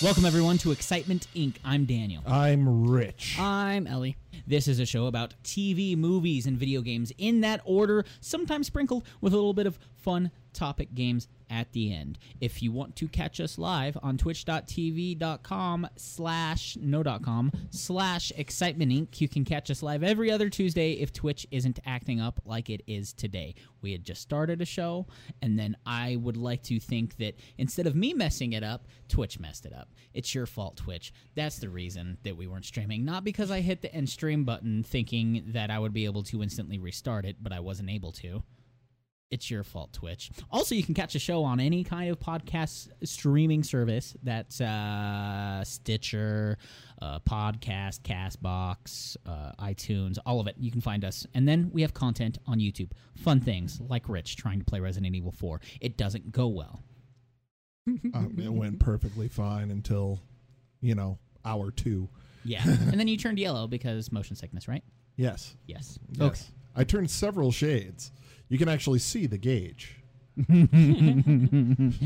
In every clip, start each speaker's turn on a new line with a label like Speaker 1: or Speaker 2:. Speaker 1: Welcome, everyone, to Excitement Inc. I'm Daniel.
Speaker 2: I'm rich.
Speaker 3: I'm Ellie.
Speaker 1: This is a show about TV, movies, and video games in that order, sometimes sprinkled with a little bit of fun topic games at the end. If you want to catch us live on twitch.tv.com slash no dot com slash excitement inc, you can catch us live every other Tuesday if Twitch isn't acting up like it is today. We had just started a show, and then I would like to think that instead of me messing it up, Twitch messed it up. It's your fault, Twitch. That's the reason that we weren't streaming. Not because I hit the end stream button thinking that I would be able to instantly restart it, but I wasn't able to it's your fault, Twitch. Also, you can catch a show on any kind of podcast streaming service. That's uh, Stitcher, uh, Podcast, Castbox, uh, iTunes, all of it. You can find us. And then we have content on YouTube. Fun things like Rich trying to play Resident Evil 4. It doesn't go well.
Speaker 2: Um, it went perfectly fine until, you know, hour two.
Speaker 1: Yeah. and then you turned yellow because motion sickness, right?
Speaker 2: Yes.
Speaker 1: Yes.
Speaker 2: yes. I turned several shades. You can actually see the gauge.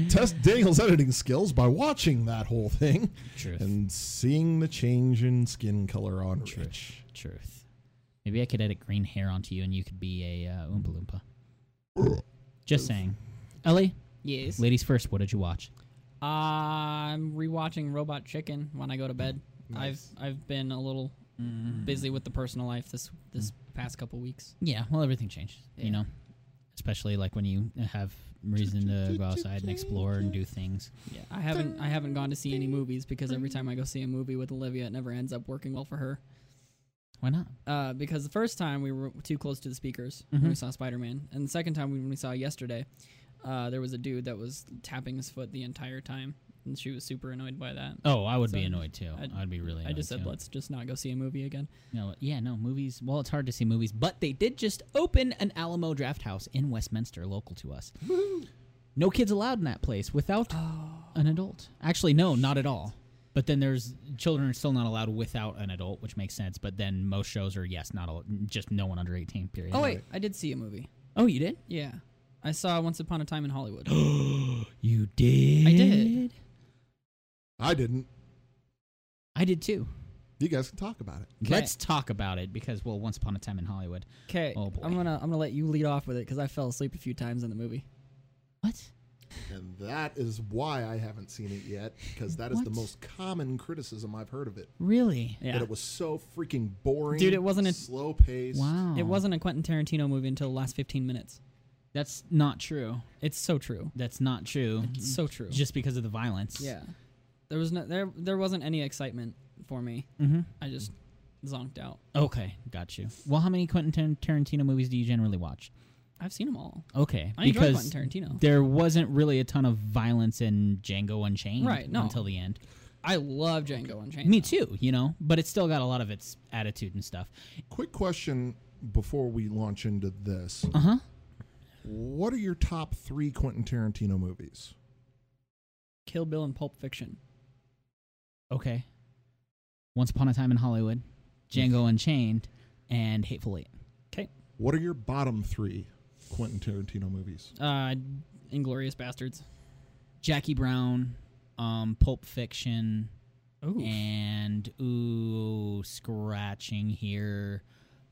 Speaker 2: Test Daniel's editing skills by watching that whole thing
Speaker 1: Truth.
Speaker 2: and seeing the change in skin color on Rich.
Speaker 1: Truth. Maybe I could edit green hair onto you and you could be a uh, Oompa Loompa. Just saying. Ellie,
Speaker 3: Yes.
Speaker 1: ladies first, what did you watch?
Speaker 3: I'm rewatching Robot Chicken when I go to bed. I've I've been a little
Speaker 1: Mm-hmm.
Speaker 3: busy with the personal life this this past couple weeks.
Speaker 1: Yeah, well, everything changes, you
Speaker 3: Yeah.
Speaker 1: know, especially like when you have reason to go outside and explore and do things.
Speaker 3: Yeah, I haven't I haven't gone to see any movies because every time I go see a movie with Olivia, it never ends up working well for her.
Speaker 1: Why not?
Speaker 3: Uh, because the first time we were too close to the speakers when we saw Spider Man, and the second time when we saw yesterday, uh, there was a dude that was tapping his foot the entire time, and she was super annoyed by that.
Speaker 1: Oh, I would be
Speaker 3: So,
Speaker 1: annoyed too. I'd,
Speaker 3: I'd-
Speaker 1: be really. Annoyed
Speaker 3: I just said
Speaker 1: too.
Speaker 3: let's just not go see a movie again.
Speaker 1: No, yeah, no movies. Well, it's hard to see movies, but they did just open an Alamo Draft House in Westminster, local to us. No kids allowed in that place without
Speaker 3: Ah.
Speaker 1: an adult. Actually, no, not at all. But then there's children are still not allowed without an adult, which makes sense. But then most shows are yes, not all, just no one under eighteen. Period.
Speaker 3: Oh wait, I did see a movie.
Speaker 1: oh you did?
Speaker 3: Yeah. I saw Once Upon a Time in Hollywood.
Speaker 1: You did?
Speaker 3: I did.
Speaker 2: I didn't.
Speaker 1: I did too.
Speaker 2: You guys can talk about it.
Speaker 3: Okay.
Speaker 1: Let's talk about it because well, once upon a time in Hollywood.
Speaker 3: Okay,
Speaker 1: Oh, boy.
Speaker 3: I'm gonna I'm gonna let you lead off with it because I fell asleep a few times in the movie.
Speaker 1: What?
Speaker 2: And that is why I haven't seen it yet, because that is the
Speaker 1: What?
Speaker 2: most common criticism I've heard of it.
Speaker 1: Really?
Speaker 3: Yeah,
Speaker 2: That it was so freaking boring.
Speaker 3: Dude, it wasn't a-
Speaker 2: slow paced.
Speaker 1: Wow.
Speaker 3: it wasn't a Quentin Tarantino movie until the last 15 minutes.
Speaker 1: That's not true.
Speaker 3: It's so true.
Speaker 1: That's not true.
Speaker 3: It's so true.
Speaker 1: Mm-hmm. Just because of the violence.
Speaker 3: yeah, there was no there there wasn't any excitement for me.
Speaker 1: Mm-hmm.
Speaker 3: I just zonked out.
Speaker 1: Okay, got you. Well, how many Quentin Tar- Tarantino movies do you generally watch?
Speaker 3: I've seen them all.
Speaker 1: Okay,
Speaker 3: I enjoy
Speaker 1: because
Speaker 3: Quentin Tarantino.
Speaker 1: there wasn't really a ton of violence in Django Unchained,
Speaker 3: Right, no.
Speaker 1: until the end.
Speaker 3: I love Django Unchained.
Speaker 1: Me
Speaker 3: though.
Speaker 1: too, you know, but it's still got a lot of its attitude and stuff.
Speaker 2: Quick question before we launch into this.
Speaker 1: Uh
Speaker 3: Uh-huh.
Speaker 1: huh.
Speaker 2: What are your top three Quentin Tarantino movies?
Speaker 3: Kill Bill and Pulp Fiction.
Speaker 1: Okay. Once Upon a Time in Hollywood, Django Unchained, and Hateful Eight.
Speaker 2: What are your bottom three Quentin Tarantino movies?
Speaker 3: Uh, Inglorious Bastards.
Speaker 1: Jackie Brown, um, Pulp Fiction,
Speaker 3: Ooh.
Speaker 1: and ooh, scratching here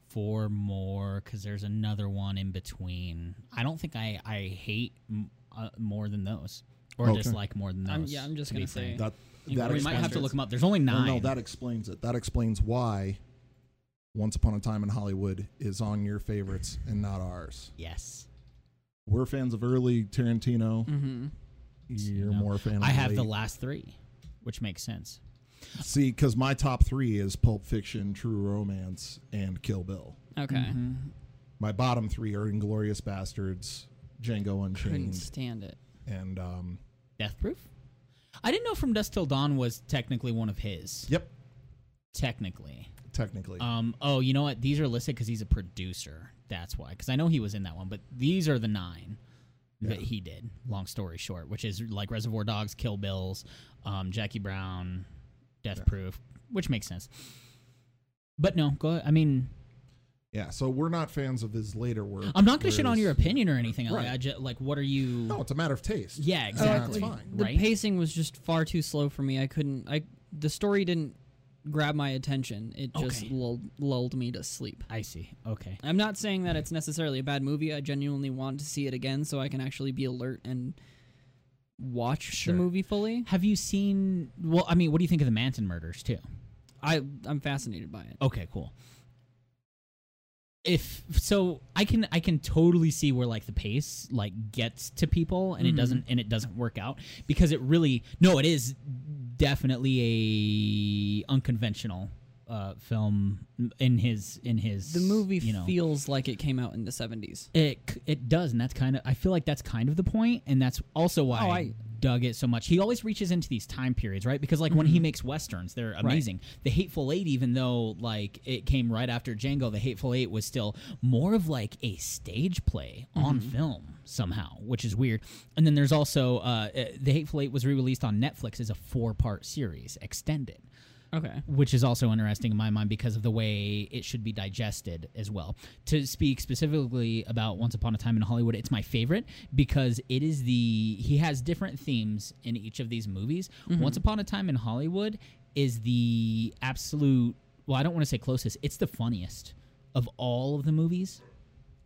Speaker 1: for more because there's another one in between. I don't think I I hate m- uh, more than those or
Speaker 2: Okay.
Speaker 1: dislike more than those.
Speaker 3: I'm- yeah, I'm just
Speaker 1: to
Speaker 3: gonna
Speaker 1: be frank.
Speaker 3: say-
Speaker 2: That
Speaker 3: You
Speaker 2: that
Speaker 3: Or
Speaker 1: we
Speaker 3: Inglourious
Speaker 1: might have to
Speaker 3: Basterds.
Speaker 1: look them up. There's only
Speaker 2: Well,
Speaker 1: nine.
Speaker 2: no, that explains it. That explains why Once Upon a Time in Hollywood is on your favorites and not ours.
Speaker 1: yes,
Speaker 2: We're fans of early Tarantino.
Speaker 3: Mm-hmm.
Speaker 2: You're
Speaker 1: No.
Speaker 2: more a fan. Of
Speaker 1: I have the
Speaker 2: late.
Speaker 1: last three, which makes sense.
Speaker 2: see because my top three is Pulp Fiction, True Romance, and Kill Bill.
Speaker 3: Okay.
Speaker 1: Mm-hmm.
Speaker 2: My bottom three are Inglorious Bastards, Django
Speaker 3: Couldn't
Speaker 2: Unchained,
Speaker 3: stand it.
Speaker 2: and um,
Speaker 1: Death Proof. I didn't know From Dusk Till Dawn was technically one of his.
Speaker 2: yep,
Speaker 1: Technically.
Speaker 2: technically.
Speaker 1: Um. Oh, you know what? These are listed because he's a producer. That's why. Because I know he was in that one, but these are the nine that
Speaker 2: Yeah.
Speaker 1: he did. Long story short, which is like Reservoir Dogs, Kill Bills, um, Jackie Brown, Death Proof, which makes sense. But no, go. I mean,
Speaker 2: Yeah, so we're not fans of his later work.
Speaker 1: I'm not going to shit on
Speaker 2: whereas-
Speaker 1: your opinion or anything. Like,
Speaker 2: Right.
Speaker 1: that. I ju- like, what are you?
Speaker 2: No, it's a matter of taste.
Speaker 1: Yeah,
Speaker 2: And that's
Speaker 1: exactly.
Speaker 2: fine.
Speaker 3: The
Speaker 1: right?
Speaker 3: pacing was just far too slow for me. I couldn't. I the story didn't grab my attention. It just
Speaker 1: Okay.
Speaker 3: lulled, lulled me to sleep.
Speaker 1: I see. Okay.
Speaker 3: I'm not saying that it's necessarily a bad movie. I genuinely want to see it again so I can actually be alert and watch
Speaker 1: Sure.
Speaker 3: the movie fully.
Speaker 1: Have you seen? Well, I mean, what do you think of the Manson murders too?
Speaker 3: I I'm fascinated by it.
Speaker 1: Okay, cool. If so, I can I can totally see where like the pace like gets to people and
Speaker 3: Mhm.
Speaker 1: it doesn't and it doesn't work out because it really no, it is definitely a unconventional uh, film in his in his
Speaker 3: The movie
Speaker 1: you know
Speaker 3: feels like it came out in the 70s.
Speaker 1: it c- it does and that's kind of I feel like that's kind of the point and that's also why
Speaker 3: Oh,
Speaker 1: I,
Speaker 3: I-
Speaker 1: dug it so much. He always reaches into these time periods, right? Because like when he makes westerns, they're amazing. The Hateful 8 even though like it came right after Django, The Hateful 8 was still more of like a stage play on film somehow, which is weird. And then there's also uh, uh, The Hateful 8 was re-released on Netflix as a four-part series, extended
Speaker 3: Okay.
Speaker 1: which is also interesting in my mind because of the way it should be digested as well. To speak specifically about Once Upon a Time in Hollywood, it's my favorite because it is the he has different themes in each of these movies. Once Upon a Time in Hollywood is the absolute well, I don't want to say closest, it's the funniest of all of the movies.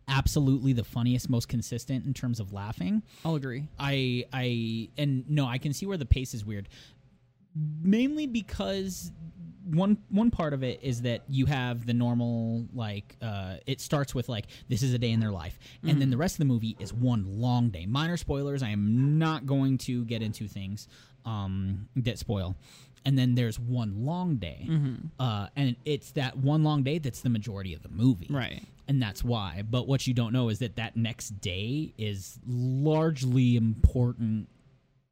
Speaker 1: Absolutely the funniest, most consistent in terms of laughing.
Speaker 3: I'll agree.
Speaker 1: I I and no, I can see where the pace is weird. Mainly because one one part of it is that you have the normal like uh, it starts with like this is a day in their life, and then the rest of the movie is one long day. Minor spoilers. I am not going to get into things um, that spoil. And then there's one long day, uh, and it's that one long day that's the majority of the movie
Speaker 3: Right.
Speaker 1: and that's why. But what you don't know is that that next day is largely important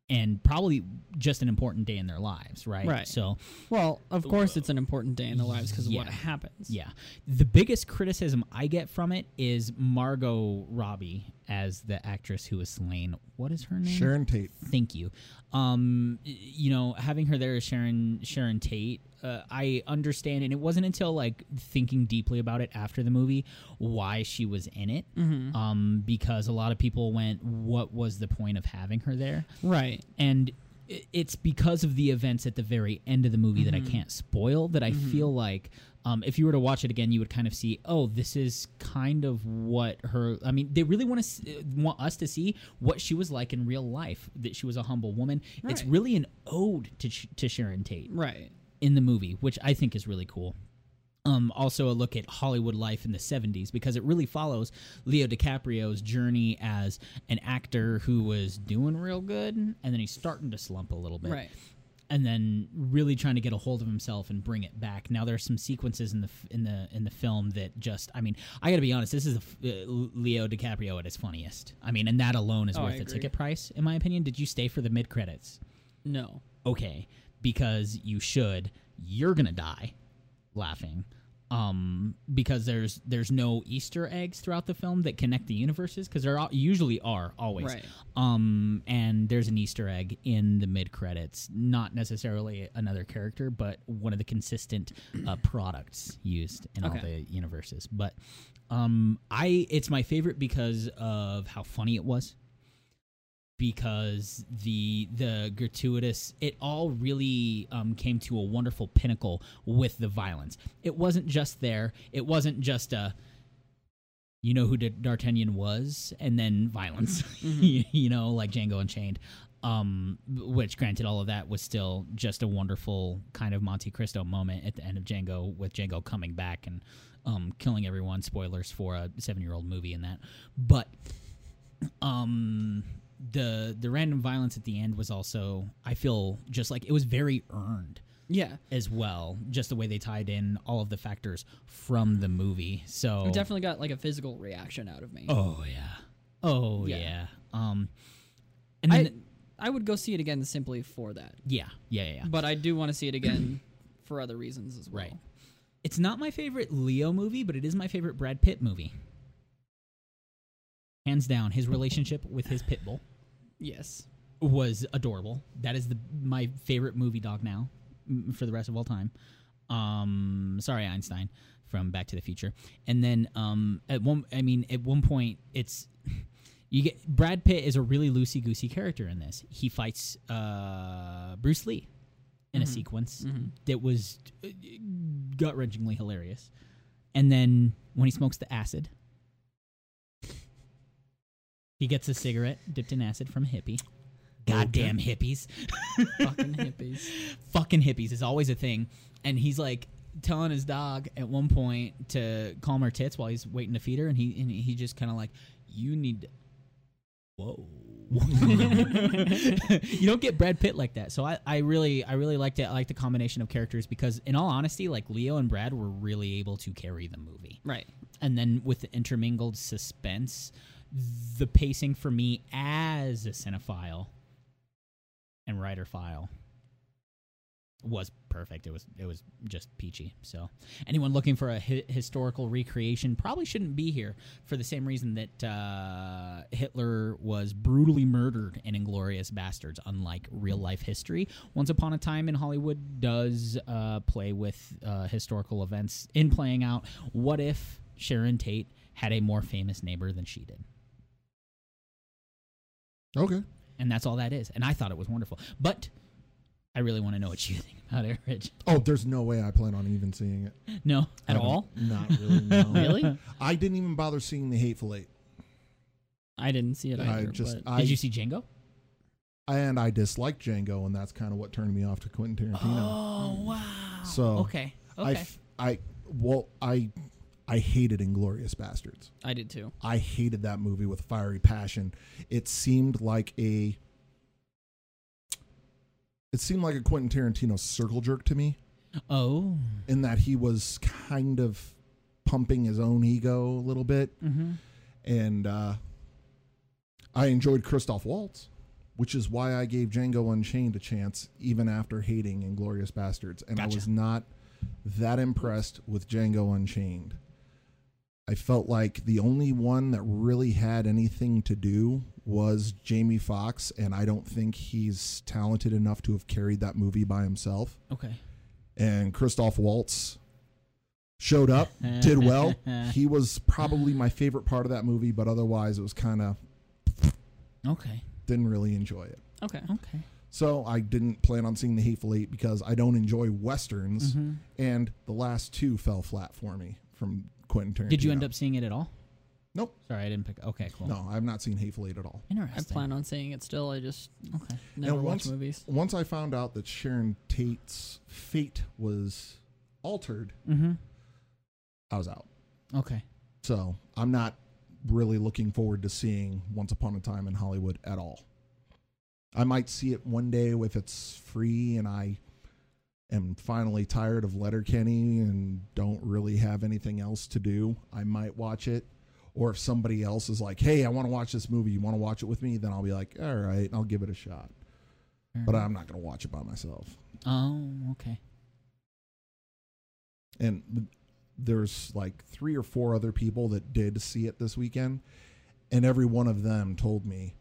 Speaker 1: and probably just an important day in their lives, right?
Speaker 3: Right.
Speaker 1: So,
Speaker 3: Well, of course it's an important day in the lives because of
Speaker 1: Yeah.
Speaker 3: what happens.
Speaker 1: yeah. The biggest criticism I get from it is Margot Robbie as the actress who was slain. What is her name?
Speaker 2: Sharon Tate.
Speaker 1: Thank you. Um, y- you know, having her there as Sharon Sharon Tate, uh, I understand, and it wasn't until like thinking deeply about it after the movie why she was in it. Um, because a lot of people went, "What was the point of having her there?"
Speaker 3: Right.
Speaker 1: and i- it's because of the events at the very end of the movie that I can't spoil that I feel like um, if you were to watch it again you would kind of see oh this is kind of what her I mean they really want to want us to see what she was like in real life that she was a humble woman it's
Speaker 3: Right.
Speaker 1: really an ode to Sh- to Sharon Tate
Speaker 3: Right.
Speaker 1: in the movie, which I think is really cool. Um, also, a look at Hollywood life in the 70s because it really follows Leo DiCaprio's journey as an actor who was doing real good and then he's starting to slump a little bit
Speaker 3: Right.
Speaker 1: and then really trying to get a hold of himself and bring it back. Now there's some sequences in the f- in the in the film that just I mean I got to be honest this is a f- uh, Leo DiCaprio at his funniest. I mean and that alone is
Speaker 3: Oh, I
Speaker 1: worth the
Speaker 3: agree.
Speaker 1: ticket price in my opinion. Did you stay for the mid credits?
Speaker 3: No.
Speaker 1: okay because you should you're gonna die laughing um because there's there's no easter eggs throughout the film that connect the universes because there are, usually are always
Speaker 3: Right.
Speaker 1: um and there's an easter egg in the mid credits not necessarily another character but one of the consistent uh, products used in all the
Speaker 3: Okay.
Speaker 1: universes but um i it's my favorite because of how funny it was because the the gratuitous it all really um, came to a wonderful pinnacle with the violence. It wasn't just there. It wasn't just a you know who D- D'Artagnan was, and then violence. you, you know, like Django Unchained. Um, which, granted, all of that was still just a wonderful kind of Monte Cristo moment at the end of Django, with Django coming back and um, killing everyone. Spoilers for a seven-year-old movie in that, but um the the random violence at the end was also I feel just like it was very earned
Speaker 3: Yeah.
Speaker 1: as well, just the way they tied in all of the factors from the movie. So
Speaker 3: It definitely got like a physical reaction out of me.
Speaker 1: Oh yeah. Oh yeah.
Speaker 3: Yeah.
Speaker 1: Um and then
Speaker 3: I I would go see it again simply for that.
Speaker 1: yeah, yeah, yeah, yeah.
Speaker 3: But I do want to see it again for other reasons as well.
Speaker 1: Right. It's not my favorite Leo movie, but it is my favorite Brad Pitt movie. Hands down, his relationship with his pit bull.
Speaker 3: Yes.
Speaker 1: was adorable. That is the my favorite movie dog now m- for the rest of all time. Um, sorry Einstein from Back to the Future. And then um, at one, I mean, at one point, it's you get Brad Pitt is a really loosey goosey character in this. He fights uh, Bruce Lee in a sequence that was gut wrenchingly hilarious. And then when he smokes the acid, he gets a cigarette dipped in acid from a hippie. Goddamn hippies
Speaker 3: Fucking hippies.
Speaker 1: fucking hippies is always a thing. And he's like telling his dog at one point to calm her tits while he's waiting to feed her, and he and he just kind of like, you need. Whoa. you don't get Brad Pitt like that, so I, I really I really liked it. I like the combination of characters because, in all honesty, like Leo and Brad were really able to carry the movie
Speaker 3: Right.
Speaker 1: and then with the intermingled suspense, the pacing for me as a cinephile and writer file was perfect. It was it was just peachy. So anyone looking for a hi- historical recreation probably shouldn't be here for the same reason that uh, Hitler was brutally murdered in Inglorious Bastards. Unlike real life history, Once Upon a Time in Hollywood does uh, play with uh, historical events in playing out. What if Sharon Tate had a more famous neighbor than she did?
Speaker 2: Okay.
Speaker 1: And that's all that is. And I thought it was wonderful, but. I really want to know what you think about it, Rich.
Speaker 2: Oh, there's no way I plan on even seeing it
Speaker 1: No,
Speaker 2: I
Speaker 1: at
Speaker 2: don't-
Speaker 1: all.
Speaker 2: Not really. No.
Speaker 3: Really?
Speaker 2: I didn't even bother seeing the Hateful Eight.
Speaker 3: I didn't see it either.
Speaker 2: I just
Speaker 3: but
Speaker 2: I
Speaker 1: Did you see Django?
Speaker 2: and I dislike Django, and that's kind of what turned me off to Quentin Tarantino.
Speaker 1: Oh wow.
Speaker 2: So,
Speaker 1: okay,
Speaker 2: I
Speaker 1: okay.
Speaker 2: f- I well I I hated Inglorious Bastards.
Speaker 3: I did too.
Speaker 2: I hated that movie with fiery passion. It seemed like a it seemed like a Quentin Tarantino circle jerk to me
Speaker 1: oh,
Speaker 2: in that he was kind of pumping his own ego a little bit
Speaker 1: mm-hmm.
Speaker 2: and uh, I enjoyed Christoph Waltz, which is why I gave Django Unchained a chance, even after hating Inglorious Bastards, and I
Speaker 1: Gotcha.
Speaker 2: was not that impressed with Django Unchained. I felt like the only one that really had anything to do was Jamie Foxx, and I don't think he's talented enough to have carried that movie by himself.
Speaker 1: okay.
Speaker 2: And Christoph Waltz showed up, did well.
Speaker 1: Eh.
Speaker 2: He was probably my favorite part of that movie, but otherwise it was kind of
Speaker 1: Okay,
Speaker 2: didn't really enjoy it.
Speaker 3: Okay.
Speaker 1: okay.
Speaker 2: So I didn't plan on seeing The Hateful Eight because I don't enjoy westerns,
Speaker 1: Mm-hmm.
Speaker 2: and the last two fell flat for me from Quentin Tarantino.
Speaker 1: Did you end up seeing it at all?
Speaker 2: Nope.
Speaker 1: Sorry, I didn't pick. Okay, cool.
Speaker 2: No, I've not seen Hateful Eight at all.
Speaker 1: Interesting.
Speaker 3: I plan on seeing it still. I just
Speaker 1: Okay.
Speaker 3: never watch
Speaker 2: once-
Speaker 3: movies.
Speaker 2: Once I found out that Sharon Tate's fate was altered,
Speaker 1: Mm-hmm.
Speaker 2: I was out.
Speaker 1: Okay.
Speaker 2: So I'm not really looking forward to seeing Once Upon a Time in Hollywood at all. I might see it one day if it's free and I am finally tired of Letterkenny and don't really have anything else to do. I might watch it. Or if somebody else is like, hey, I want to watch this movie, you want to watch it with me? Then I'll be like, all right, I'll give it a shot. But I'm not going to watch it by myself.
Speaker 1: Oh, okay.
Speaker 2: and th- there's like three or four other people that did see it this weekend and every one of them told me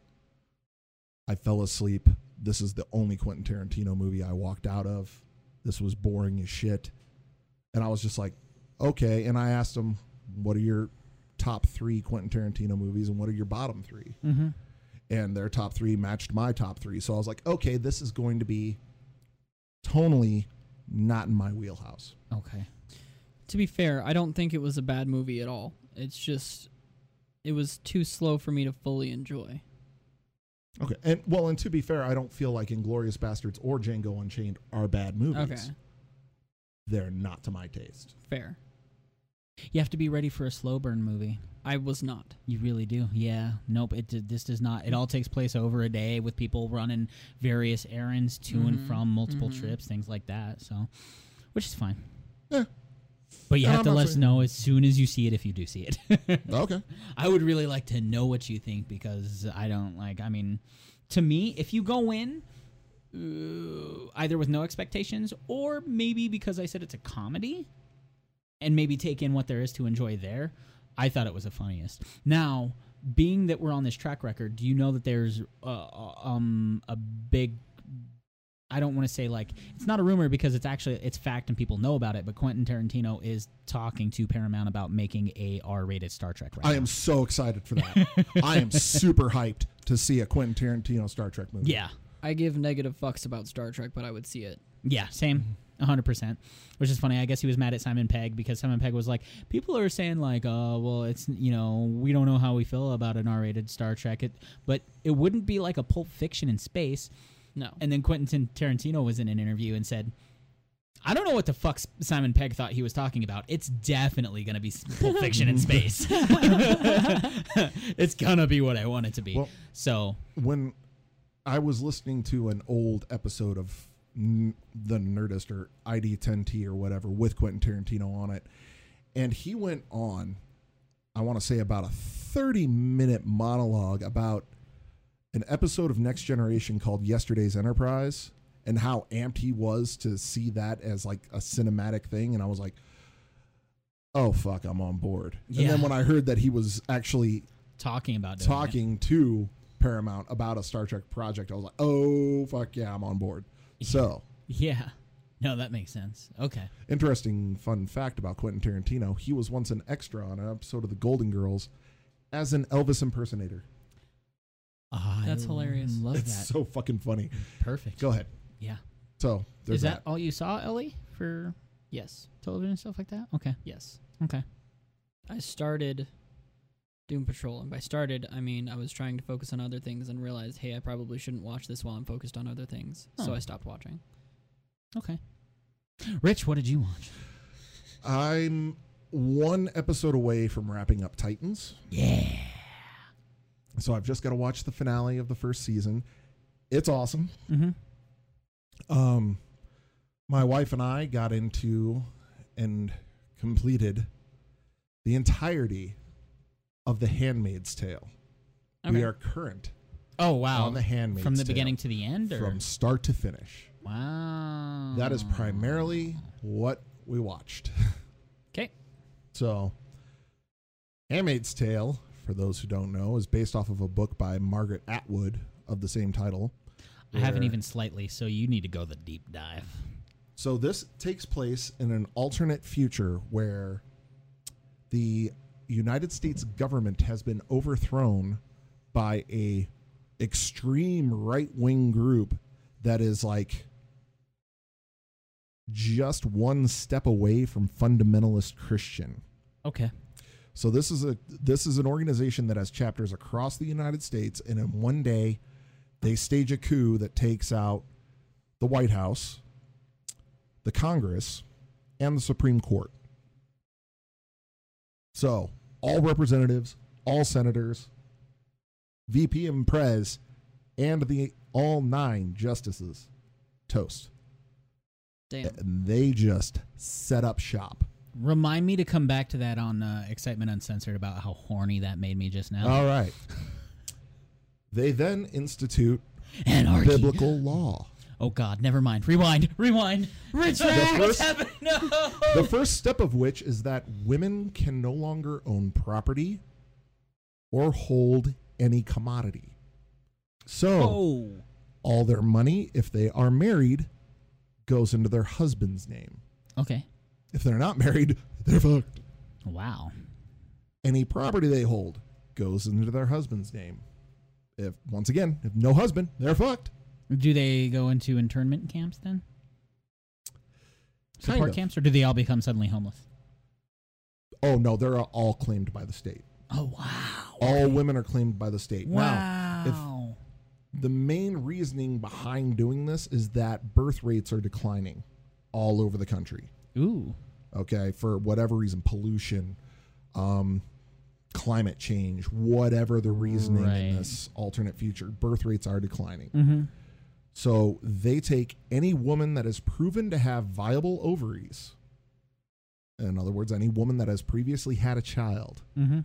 Speaker 2: i fell asleep this is the only quentin tarantino movie i walked out of this was boring as shit and i was just like okay and i asked them what are your top three quentin tarantino movies and what are your bottom three
Speaker 1: Mm-hmm.
Speaker 2: and their top three matched my top three so i was like okay this is going to be tonally not in my wheelhouse
Speaker 1: Okay.
Speaker 3: To be fair, I don't think it was a bad movie at all. It's just it was too slow for me to fully enjoy.
Speaker 2: Okay, and well, and to be fair, I don't feel like *Inglorious Bastards* or *Django Unchained* are bad movies.
Speaker 3: Okay.
Speaker 2: They're not to my taste.
Speaker 3: Fair.
Speaker 1: You have to be ready for a slow burn movie.
Speaker 3: I was not.
Speaker 1: You really do. Yeah. Nope. It did- this does not. It all takes place over a day with people running various errands to and
Speaker 2: Mm-hmm.
Speaker 3: Mhm.
Speaker 1: from multiple
Speaker 3: Mhm.
Speaker 1: trips, things like that. So, which is fine.
Speaker 2: Yeah.
Speaker 1: But you
Speaker 2: No,
Speaker 1: have
Speaker 2: I'm
Speaker 1: to
Speaker 2: not
Speaker 1: let us
Speaker 2: saying-
Speaker 1: know as soon as you see it if you do see it.
Speaker 2: Okay,
Speaker 1: I would really like to know what you think because I don't like. I mean, to me, if you go in uh, either with no expectations or maybe because I said it's a comedy and maybe take in what there is to enjoy there, I thought it was the funniest. Now, being uh, that we're on this track record, do you know that there's uh, um a big I don't want to say like it's not a rumor because it's actually it's fact and people know about it. But Quentin Tarantino is talking to Paramount about making a R-rated Star Trek. Right
Speaker 2: I
Speaker 1: now.
Speaker 2: am so excited for that. I am super hyped to see a Quentin Tarantino Star Trek movie.
Speaker 1: Yeah,
Speaker 3: I give negative fucks about Star Trek, but I would see it.
Speaker 1: yeah,
Speaker 2: Mm-hmm.
Speaker 1: same. 100%. Which is funny. I guess he was mad at Simon Pegg because Simon Pegg was like, people are saying, like, uh, well, it's, you know, we don't know how we feel about an R rated Star Trek. It, but it wouldn't be like a Pulp Fiction in space.
Speaker 3: No.
Speaker 1: And then Quentin Tin- Tarantino was in an interview and said, I don't know what the fuck S- Simon Pegg thought he was talking about. It's definitely going to be s- Pulp Fiction in space. it's going to be what I want it to be.
Speaker 2: Well-
Speaker 1: so,
Speaker 2: When I was listening to an old episode of N- the Nerdist or ID10T or whatever with Quentin Tarantino on it, and he went on, I want to say about a 30 minute monologue about an episode of Next Generation called Yesterday's Enterprise and how amped he was to see that as like a cinematic thing. And I was like, oh, fuck, I'm on board. And
Speaker 1: Yeah.
Speaker 2: then when I heard that he was actually
Speaker 1: talking about doing it.
Speaker 2: talking to Paramount about a Star Trek project, I was like, oh, fuck yeah, I'm on board. So,
Speaker 1: Yeah. No, that makes sense. Okay.
Speaker 2: interesting fun fact about Quentin Tarantino he was once an extra on an episode of The Golden Girls as an Elvis impersonator.
Speaker 1: I
Speaker 3: That's hilarious.
Speaker 1: Love
Speaker 2: it's
Speaker 1: that.
Speaker 2: so fucking funny.
Speaker 1: Perfect.
Speaker 2: Go ahead.
Speaker 1: Yeah.
Speaker 2: So, there's
Speaker 1: Is that all you saw, Ellie, for
Speaker 3: Yes.
Speaker 1: television and stuff like that? Okay.
Speaker 3: Yes.
Speaker 1: Okay.
Speaker 3: I started Doom Patrol, and by started, I mean I was trying to focus on other things and realized, hey, I probably shouldn't watch this while I'm focused on other things.
Speaker 1: Huh.
Speaker 3: So I stopped watching.
Speaker 1: Okay. Rich, what did you watch?
Speaker 2: I'm one episode away from wrapping up Titans.
Speaker 1: Yeah.
Speaker 2: So, I've just got to watch the finale of the first season. It's awesome.
Speaker 1: Mm-hmm.
Speaker 2: um, my wife and I got into and completed the entirety of The Handmaid's Tale. We
Speaker 3: Okay.
Speaker 2: are current
Speaker 1: Oh wow.
Speaker 2: on The Handmaid's
Speaker 1: From the
Speaker 2: Tale,
Speaker 1: beginning to the Ah. end, or
Speaker 2: from start to finish.
Speaker 1: wow.
Speaker 2: That is primarily what we watched.
Speaker 3: 'Kay.
Speaker 2: So, Handmaid's Tale, for those who don't know, is based off of a book by Margaret Atwood of the same title.
Speaker 1: I haven't
Speaker 2: where-
Speaker 1: even slightly, so you need to go the deep dive.
Speaker 2: So this takes place in an alternate future where the United States government has been overthrown by a extreme right-wing group that is like just one step away from fundamentalist Christian.
Speaker 1: Okay.
Speaker 2: So this is a this is an organization that has chapters across the United States, and in one day, they stage a coup that takes out the White House, the Congress, and the Supreme Court. So all representatives, all senators, VP and Prez, and the all nine justices, toast,
Speaker 3: Damn.
Speaker 2: and they just set up shop.
Speaker 1: Remind me to come back to that on uh, Excitement Uncensored about how horny that made me just now.
Speaker 2: All right. They then institute
Speaker 1: Anarchy.
Speaker 2: biblical law.
Speaker 1: Oh God, never mind. Rewind. Rewind. Retract.
Speaker 2: first-
Speaker 1: No.
Speaker 2: The first step of which is that women can no longer own property or hold any commodity. So,
Speaker 1: Oh.
Speaker 2: all their money, if they are married, goes into their husband's name.
Speaker 1: Okay.
Speaker 2: If they're not married, they're fucked.
Speaker 1: Wow.
Speaker 2: Any property they hold goes into their husband's name. If, once again, if no husband, they're fucked.
Speaker 1: Do they go into internment camps then?
Speaker 2: Kind
Speaker 1: Support
Speaker 2: of.
Speaker 1: camps, or do they all become suddenly homeless?
Speaker 2: Oh, no, they're all claimed by the state.
Speaker 1: Oh wow!
Speaker 2: All women are claimed by the state. Now,
Speaker 1: Wow.
Speaker 2: the main reasoning behind doing this is that birth rates are declining all over the country.
Speaker 1: Ooh.
Speaker 2: Okay, for whatever reason, pollution, um, climate change, whatever the reasoning
Speaker 1: Right.
Speaker 2: in this alternate future, birth rates are declining.
Speaker 1: Mm-hmm.
Speaker 2: So they take any woman that is proven to have viable ovaries. In other words, any woman that has previously had a child,
Speaker 1: Mm-hmm.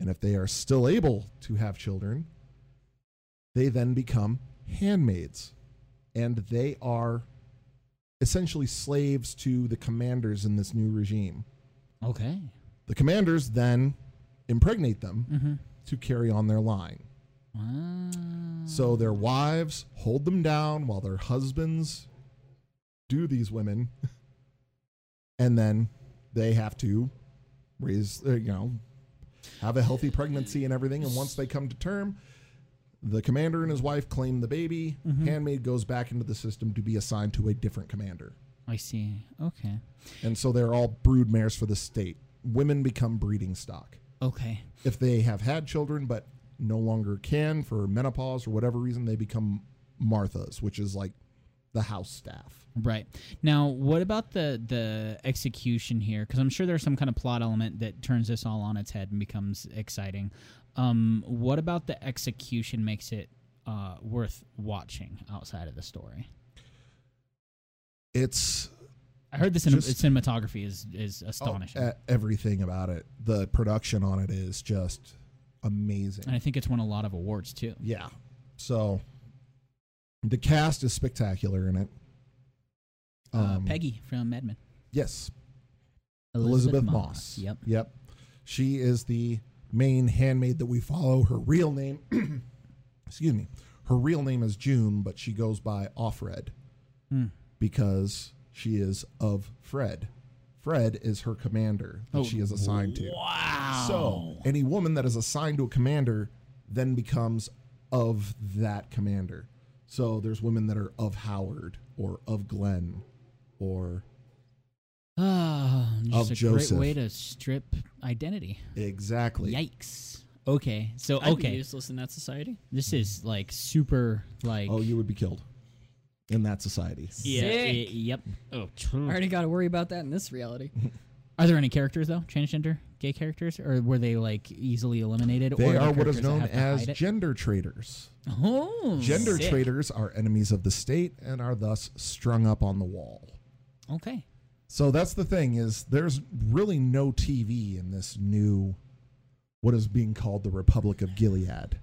Speaker 2: and if they are still able to have children, they then become handmaids. And they are essentially slaves to the commanders in this new regime.
Speaker 1: Okay.
Speaker 2: The commanders then impregnate them
Speaker 1: Mm-hmm.
Speaker 2: to carry on their line.
Speaker 1: Wow.
Speaker 2: So their wives hold them down while their husbands do these women, and then they have to raise, uh, you know, have a healthy pregnancy and everything. And once they come to term, the commander and his wife claim the baby. Handmaid goes back into the system to be assigned to a different commander,
Speaker 1: I see. Okay.
Speaker 2: and so they're all brood mares for the state. Women become breeding stock
Speaker 1: Okay.
Speaker 2: if they have had children but no longer can for menopause or whatever reason, they become Marthas, which is like the house staff.
Speaker 1: Right. Now, what about the the execution here? Because I'm sure there's some kind of plot element that turns this all on its head and becomes exciting. Um, what about the execution makes it uh, worth watching outside of the story?
Speaker 2: It's
Speaker 1: I heard the cinem-
Speaker 2: Just-
Speaker 1: cinematography is is astonishing,
Speaker 2: e- everything about it. The production on it is just
Speaker 1: and
Speaker 2: amazing.
Speaker 1: I think it's won a lot of awards too.
Speaker 2: Yeah. So the cast is spectacular in it.
Speaker 1: Uh,
Speaker 2: Um,
Speaker 1: Peggy from Mad Men.
Speaker 2: Yes. Elizabeth, Moss.
Speaker 1: Yep.
Speaker 2: Yep. She is the main handmaid that we follow. Her real name, excuse me, her real name is June, but she goes by Offred
Speaker 1: Hmm.
Speaker 2: because she is of Fred. Fred is her commander that she is assigned to.
Speaker 1: Oh, Wow.
Speaker 2: So any woman that is assigned to a commander then becomes of that commander. So there's women that are of Howard or of Glenn or
Speaker 1: Ah,
Speaker 2: Of
Speaker 1: just a
Speaker 2: Joseph.
Speaker 1: great way to strip identity.
Speaker 2: exactly.
Speaker 1: Yikes. Okay. So
Speaker 3: I'd be
Speaker 1: okay.
Speaker 3: useless in that society.
Speaker 1: This is like super like
Speaker 2: Oh, you would be killed in that society.
Speaker 1: yeah,
Speaker 3: Sick.
Speaker 1: y- yep. Oh,
Speaker 3: I already got to worry about that in this reality.
Speaker 1: are there any characters though? Transgender gay characters, or were they like easily eliminated? or
Speaker 2: They
Speaker 1: the
Speaker 2: are what
Speaker 1: characters
Speaker 2: is
Speaker 1: that
Speaker 2: known
Speaker 1: have to
Speaker 2: as
Speaker 1: hide it?
Speaker 2: gender traitors.
Speaker 1: oh,
Speaker 2: Gender
Speaker 1: sick.
Speaker 2: traitors are enemies of the state and are thus strung up on the wall.
Speaker 1: Okay.
Speaker 2: So that's the thing is there's really no TV in this new what is being called the Republic of Gilead.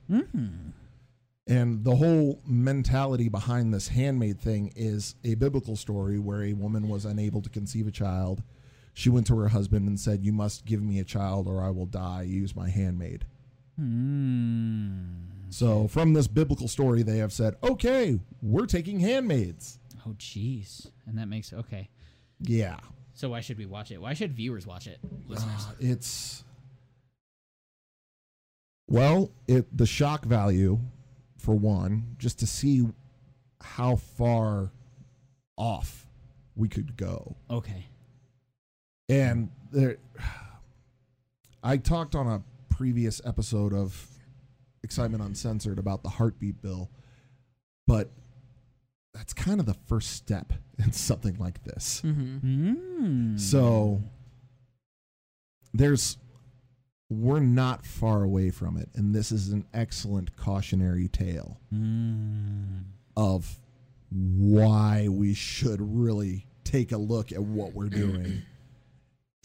Speaker 2: And the whole mentality behind this handmaid thing is a biblical story where a woman was unable to conceive a child. She went to her husband and said, "You must give me a child or I will die. Use my handmaid."
Speaker 1: Hmm.
Speaker 2: So from this biblical story, they have said, "Okay, we're taking handmaids."
Speaker 1: Oh, jeez. And that makes okay.
Speaker 2: Yeah,
Speaker 1: So why should we watch it? Why should viewers watch it? Listeners.
Speaker 2: Ah, it's well, it the shock value for one, just to see how far off we could go.
Speaker 1: Okay.
Speaker 2: And there, I talked on a previous episode of Excitement Uncensored about the heartbeat bill, but that's kind of the first step in something like this.
Speaker 3: Mm-hmm.
Speaker 1: Hmm.
Speaker 2: Mm. So there's we're not far away from it and this is an excellent cautionary tale
Speaker 1: Hmm.
Speaker 2: of why we should really take a look at what we're doing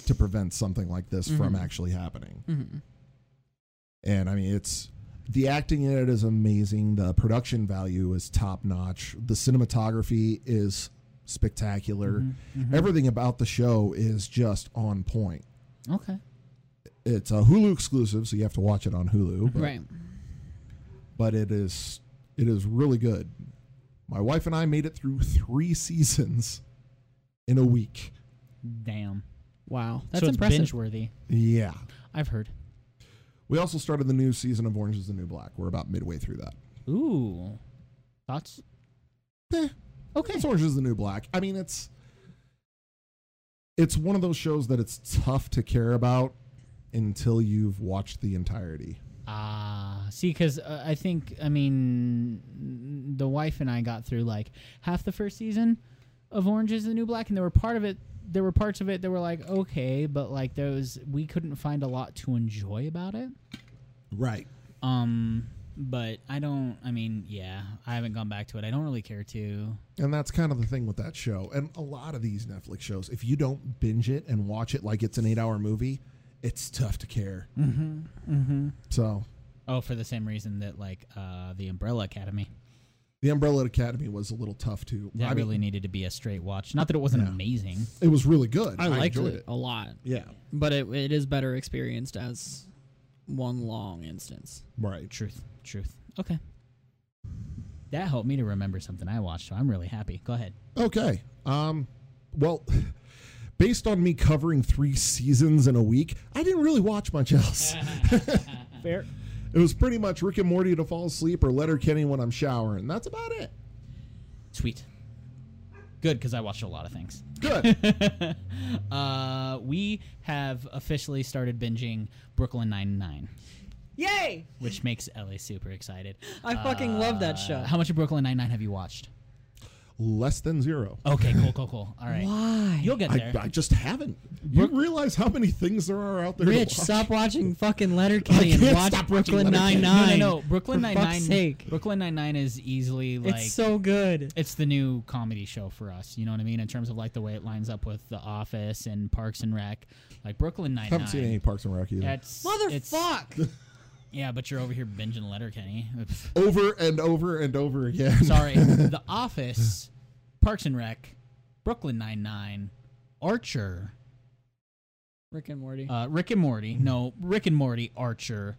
Speaker 2: to prevent something like this from
Speaker 3: Mhm.
Speaker 2: actually happening.
Speaker 3: Mm-hmm.
Speaker 2: And I mean, it's the acting in it is amazing. The production value is top notch. The cinematography is spectacular.
Speaker 1: Mm-hmm.
Speaker 2: Everything about the show is just on point.
Speaker 1: Okay.
Speaker 2: It's a Hulu exclusive, so you have to watch it on Hulu. But,
Speaker 3: Right.
Speaker 2: but it is it is really good. My wife and I made it through three seasons in a week.
Speaker 1: Damn.
Speaker 3: Wow. That's
Speaker 1: so it's
Speaker 3: impressive.
Speaker 1: binge worthy.
Speaker 2: Yeah.
Speaker 1: I've heard.
Speaker 2: We also started the new season of Orange is the New Black. We're about midway through that.
Speaker 1: Ooh. Thoughts?
Speaker 2: Eh,
Speaker 1: Okay.
Speaker 2: It's Orange is the New Black. I mean, it's it's one of those shows that it's tough to care about until you've watched the entirety.
Speaker 1: Ah, see, because uh, I think I mean the wife and I got through like half the first season of Orange Is the New Black, and there were part of it. There were parts of it that were like okay, but like there was we couldn't find a lot to enjoy about it.
Speaker 2: Right.
Speaker 1: Um, but I don't. I mean, yeah, I haven't gone back to it. I don't really care to.
Speaker 2: And that's kind of the thing with that show. And a lot of these Netflix shows, if you don't binge it and watch it like it's an eight hour movie, it's tough to care. Mm-hmm. Mm-hmm. So
Speaker 1: Oh, for the same reason that like uh the Umbrella Academy
Speaker 2: the Umbrella Academy was a little tough too.
Speaker 1: that
Speaker 2: I mean,
Speaker 1: really needed to be a straight watch. Not that it wasn't
Speaker 2: Yeah.
Speaker 1: amazing.
Speaker 2: it was really good.
Speaker 3: I liked
Speaker 2: enjoyed
Speaker 3: it, a lot,
Speaker 2: Yeah.
Speaker 3: but it, it is better experienced as one long instance.
Speaker 2: Right.
Speaker 1: Truth, truth. Okay. That helped me to remember something I watched, so I'm really happy. Go ahead.
Speaker 4: Okay. Um, well, based on me covering three seasons in a week, I didn't really watch much else.
Speaker 1: Fair.
Speaker 4: it was pretty much Rick and Morty to fall asleep or Letter Kenny when I'm showering. That's about it.
Speaker 1: Sweet. Good, because I watched a lot of things.
Speaker 4: Good.
Speaker 1: Uh, we have officially started binging Brooklyn Nine-Nine,
Speaker 3: Yay!
Speaker 1: which makes Ellie super excited.
Speaker 3: I fucking love that show.
Speaker 1: Uh, how much of Brooklyn Nine-Nine have you watched?
Speaker 4: Less than zero.
Speaker 1: Okay, cool, cool, cool. All right.
Speaker 3: Why?
Speaker 1: You'll get
Speaker 4: I,
Speaker 1: there.
Speaker 4: I just haven't. You realize how many things there are out there
Speaker 3: Rich,
Speaker 4: to watch?
Speaker 3: stop watching fucking Letterkenny and
Speaker 4: can't
Speaker 3: watch
Speaker 4: stop watching
Speaker 3: Brooklyn Nine
Speaker 4: Letterkenny.
Speaker 1: no, no,
Speaker 3: Nine.
Speaker 1: no. Brooklyn
Speaker 3: For
Speaker 1: Nine
Speaker 3: fuck's
Speaker 1: Nine.
Speaker 3: sake.
Speaker 1: Brooklyn Nine Nine is easily like
Speaker 3: It's so good.
Speaker 1: it's the new comedy show for us. You know what I mean? In terms of like the way it lines up with The Office and Parks and Rec, like Brooklyn Nine
Speaker 4: haven't seen any
Speaker 1: Nine.
Speaker 4: Parks and Rec either.
Speaker 1: That's it's-
Speaker 3: Motherfuck!
Speaker 1: Yeah, but you're over here binging Letterkenny. Oops.
Speaker 4: over and over and over again.
Speaker 1: Sorry, The Office, Parks and Rec, Brooklyn Nine Nine, Archer,
Speaker 3: Rick and Morty.
Speaker 1: uh, Rick and Morty. No, Rick and Morty, Archer,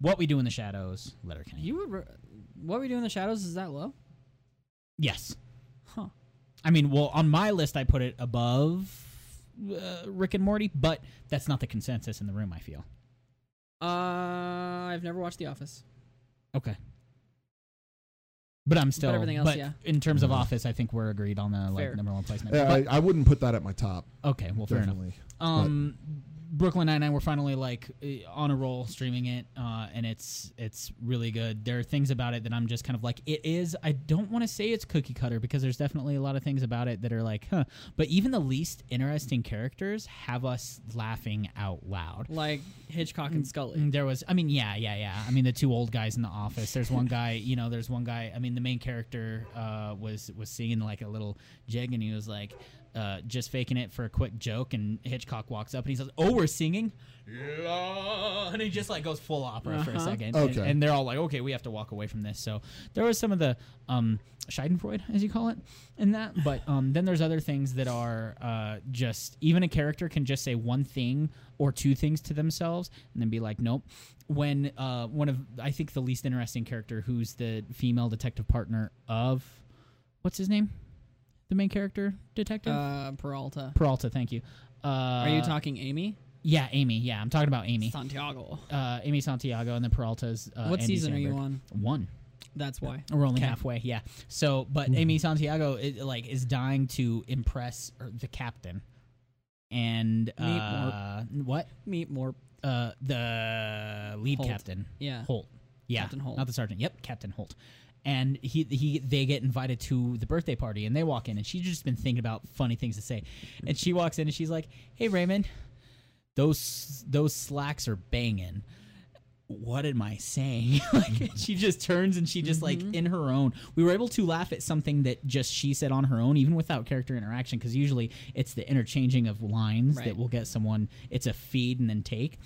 Speaker 1: What We Do in the Shadows, Letterkenny.
Speaker 3: you were. re- What we do in the shadows is that low?
Speaker 1: yes.
Speaker 3: Huh.
Speaker 1: I mean, well, on my list, I put it above uh, Rick and Morty, but that's not the consensus in the room. I feel.
Speaker 3: Uh, I've never watched The Office.
Speaker 1: Okay. But I'm still. But
Speaker 3: everything else, yeah.
Speaker 1: In terms of office, I think we're agreed on the like
Speaker 3: Fair.
Speaker 1: number one placement.
Speaker 4: Yeah, I, I wouldn't put that at my top.
Speaker 1: But- okay, well, fair enough.
Speaker 4: definitely.
Speaker 1: Um, Brooklyn Nine Nine, we're finally like eh, on a roll streaming it, uh, and it's it's really good. There are things about it that I'm just kind of like, it is. I don't want to say it's cookie cutter because there's definitely a lot of things about it that are like, huh. But even the least interesting characters have us laughing out loud.
Speaker 3: Like Hitchcock and Scully.
Speaker 1: Mm, There was, I mean, yeah, yeah, yeah. I mean, the two old guys in the office. There's one guy, you know, there's one guy. I mean, the main character uh, was was singing like a little jig, and he was like, uh, just faking it for a quick joke. And Hitchcock walks up and he says, "Oh, we're singing," Yeah, and he just like goes full opera for a
Speaker 3: Uh-huh.
Speaker 1: second. And,
Speaker 4: Okay.
Speaker 1: and they're all like, "Okay, we have to walk away from this." So there was some of the um, Schadenfreude, as you call it, in that. But um, then there's other things that are uh, just even a character can just say one thing or two things to themselves and then be like, "Nope." When uh, one of I think the least interesting character, who's the female detective partner of what's his name, the main character detective
Speaker 3: Uh, Peralta.
Speaker 1: Peralta. Thank you. Mm. Uh,
Speaker 3: Are you talking Amy?
Speaker 1: Yeah, Amy. Yeah, I'm talking about Amy.
Speaker 3: Santiago.
Speaker 1: Uh, Amy Santiago and then Peralta's. Uh,
Speaker 3: what
Speaker 1: Andy
Speaker 3: season are you
Speaker 1: Samberg.
Speaker 3: on?
Speaker 1: One.
Speaker 3: That's why.
Speaker 1: We're only halfway. Yeah. So, but Amy Santiago is, like is dying to impress er, the captain, and
Speaker 3: Meet Mort.
Speaker 1: uh, what
Speaker 3: Meet more.
Speaker 1: uh, the lead
Speaker 3: Holt.
Speaker 1: captain.
Speaker 3: Yeah.
Speaker 1: Holt. Yeah.
Speaker 3: Captain Holt.
Speaker 1: Not the sergeant. Yep, Captain Holt. And he he they get invited to the birthday party and they walk in and she's just been thinking about funny things to say. And she walks in and she's like, "Hey Raymond, those those slacks are banging." What am I saying? like she just turns and she just
Speaker 3: Mm-hmm.
Speaker 1: like in her own. We were able to laugh at something that just she said on her own, even without character interaction, because usually it's the interchanging of lines that
Speaker 3: Right.
Speaker 1: will get someone. It's a feed and then take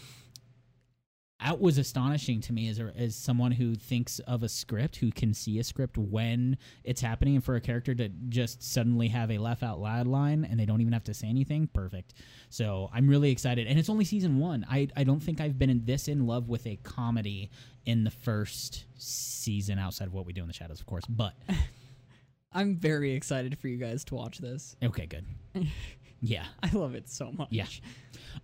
Speaker 1: that was astonishing to me as a, as someone who thinks of a script, who can see a script when it's happening, and for a character to just suddenly have a laugh out loud line and they don't even have to say anything. Perfect. So I'm really excited, and it's only season one. I I don't think I've been in this in love with a comedy in the first season outside of what we do in the shadows, of course. But
Speaker 3: I'm very excited for you guys to watch this.
Speaker 1: okay, good. Yeah.
Speaker 3: I love it so much.
Speaker 1: Yeah.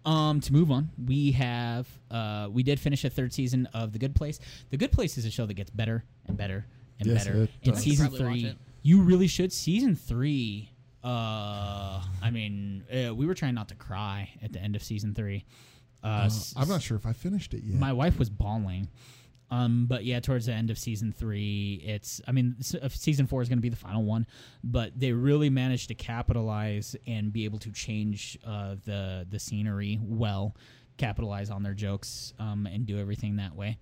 Speaker 1: Um, to move on, we have uh, we did finish a third season of The Good Place. The Good Place is a show that gets better and better and
Speaker 4: Yes,
Speaker 1: better.
Speaker 4: it
Speaker 1: In
Speaker 4: does.
Speaker 1: season
Speaker 3: Probably watch
Speaker 1: three,
Speaker 3: it.
Speaker 1: you really should. Season three, uh, I mean, uh, we were trying not to cry at the end of season three. Uh,
Speaker 4: Uh,
Speaker 1: s-
Speaker 4: I'm not sure if I finished it yet.
Speaker 1: my wife was bawling. Um, but yeah, towards the end of season three, it's I mean, s- uh, season four is going to be the final one, but they really managed to capitalize and be able to change uh, the the scenery well, capitalize on their jokes, um, and do everything that way.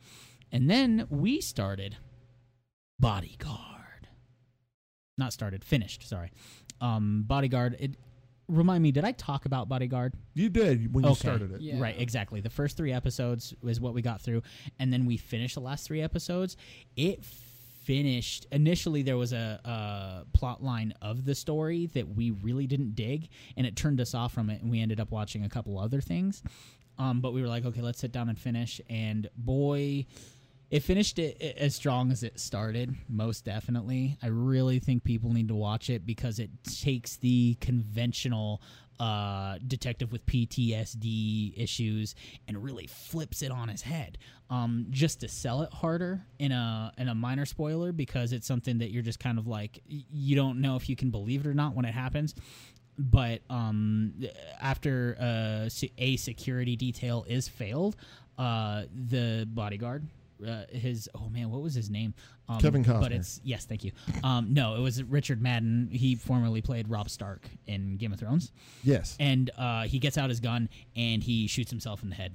Speaker 1: And then we started Bodyguard, not started, finished. Sorry, um, Bodyguard. It remind me, did I talk about Bodyguard?
Speaker 4: you did when you
Speaker 1: Okay.
Speaker 4: started it.
Speaker 3: Yeah.
Speaker 1: Right, exactly. The first three episodes was what we got through, and then we finished the last three episodes. It finished. Initially, there was a, a plot line of the story that we really didn't dig, and it turned us off from it, and we ended up watching a couple other things. Um, but we were like, okay, let's sit down and finish. And boy, It finished it, it as strong as it started, most definitely. I really think people need to watch it because it takes the conventional uh, detective with PTSD issues and really flips it on his head. Um, just to sell it harder in a in a minor spoiler because it's something that you're just kind of like y- you don't know if you can believe it or not when it happens but um, after uh, se- a security detail is failed, uh, the bodyguard, uh, his oh man, what was his name? Um,
Speaker 4: Kevin Costner.
Speaker 1: But it's yes, thank you. Um, no, it was Richard Madden. He formerly played Rob Stark in Game of Thrones,
Speaker 4: Yes.
Speaker 1: and uh, he gets out his gun and he shoots himself in the head.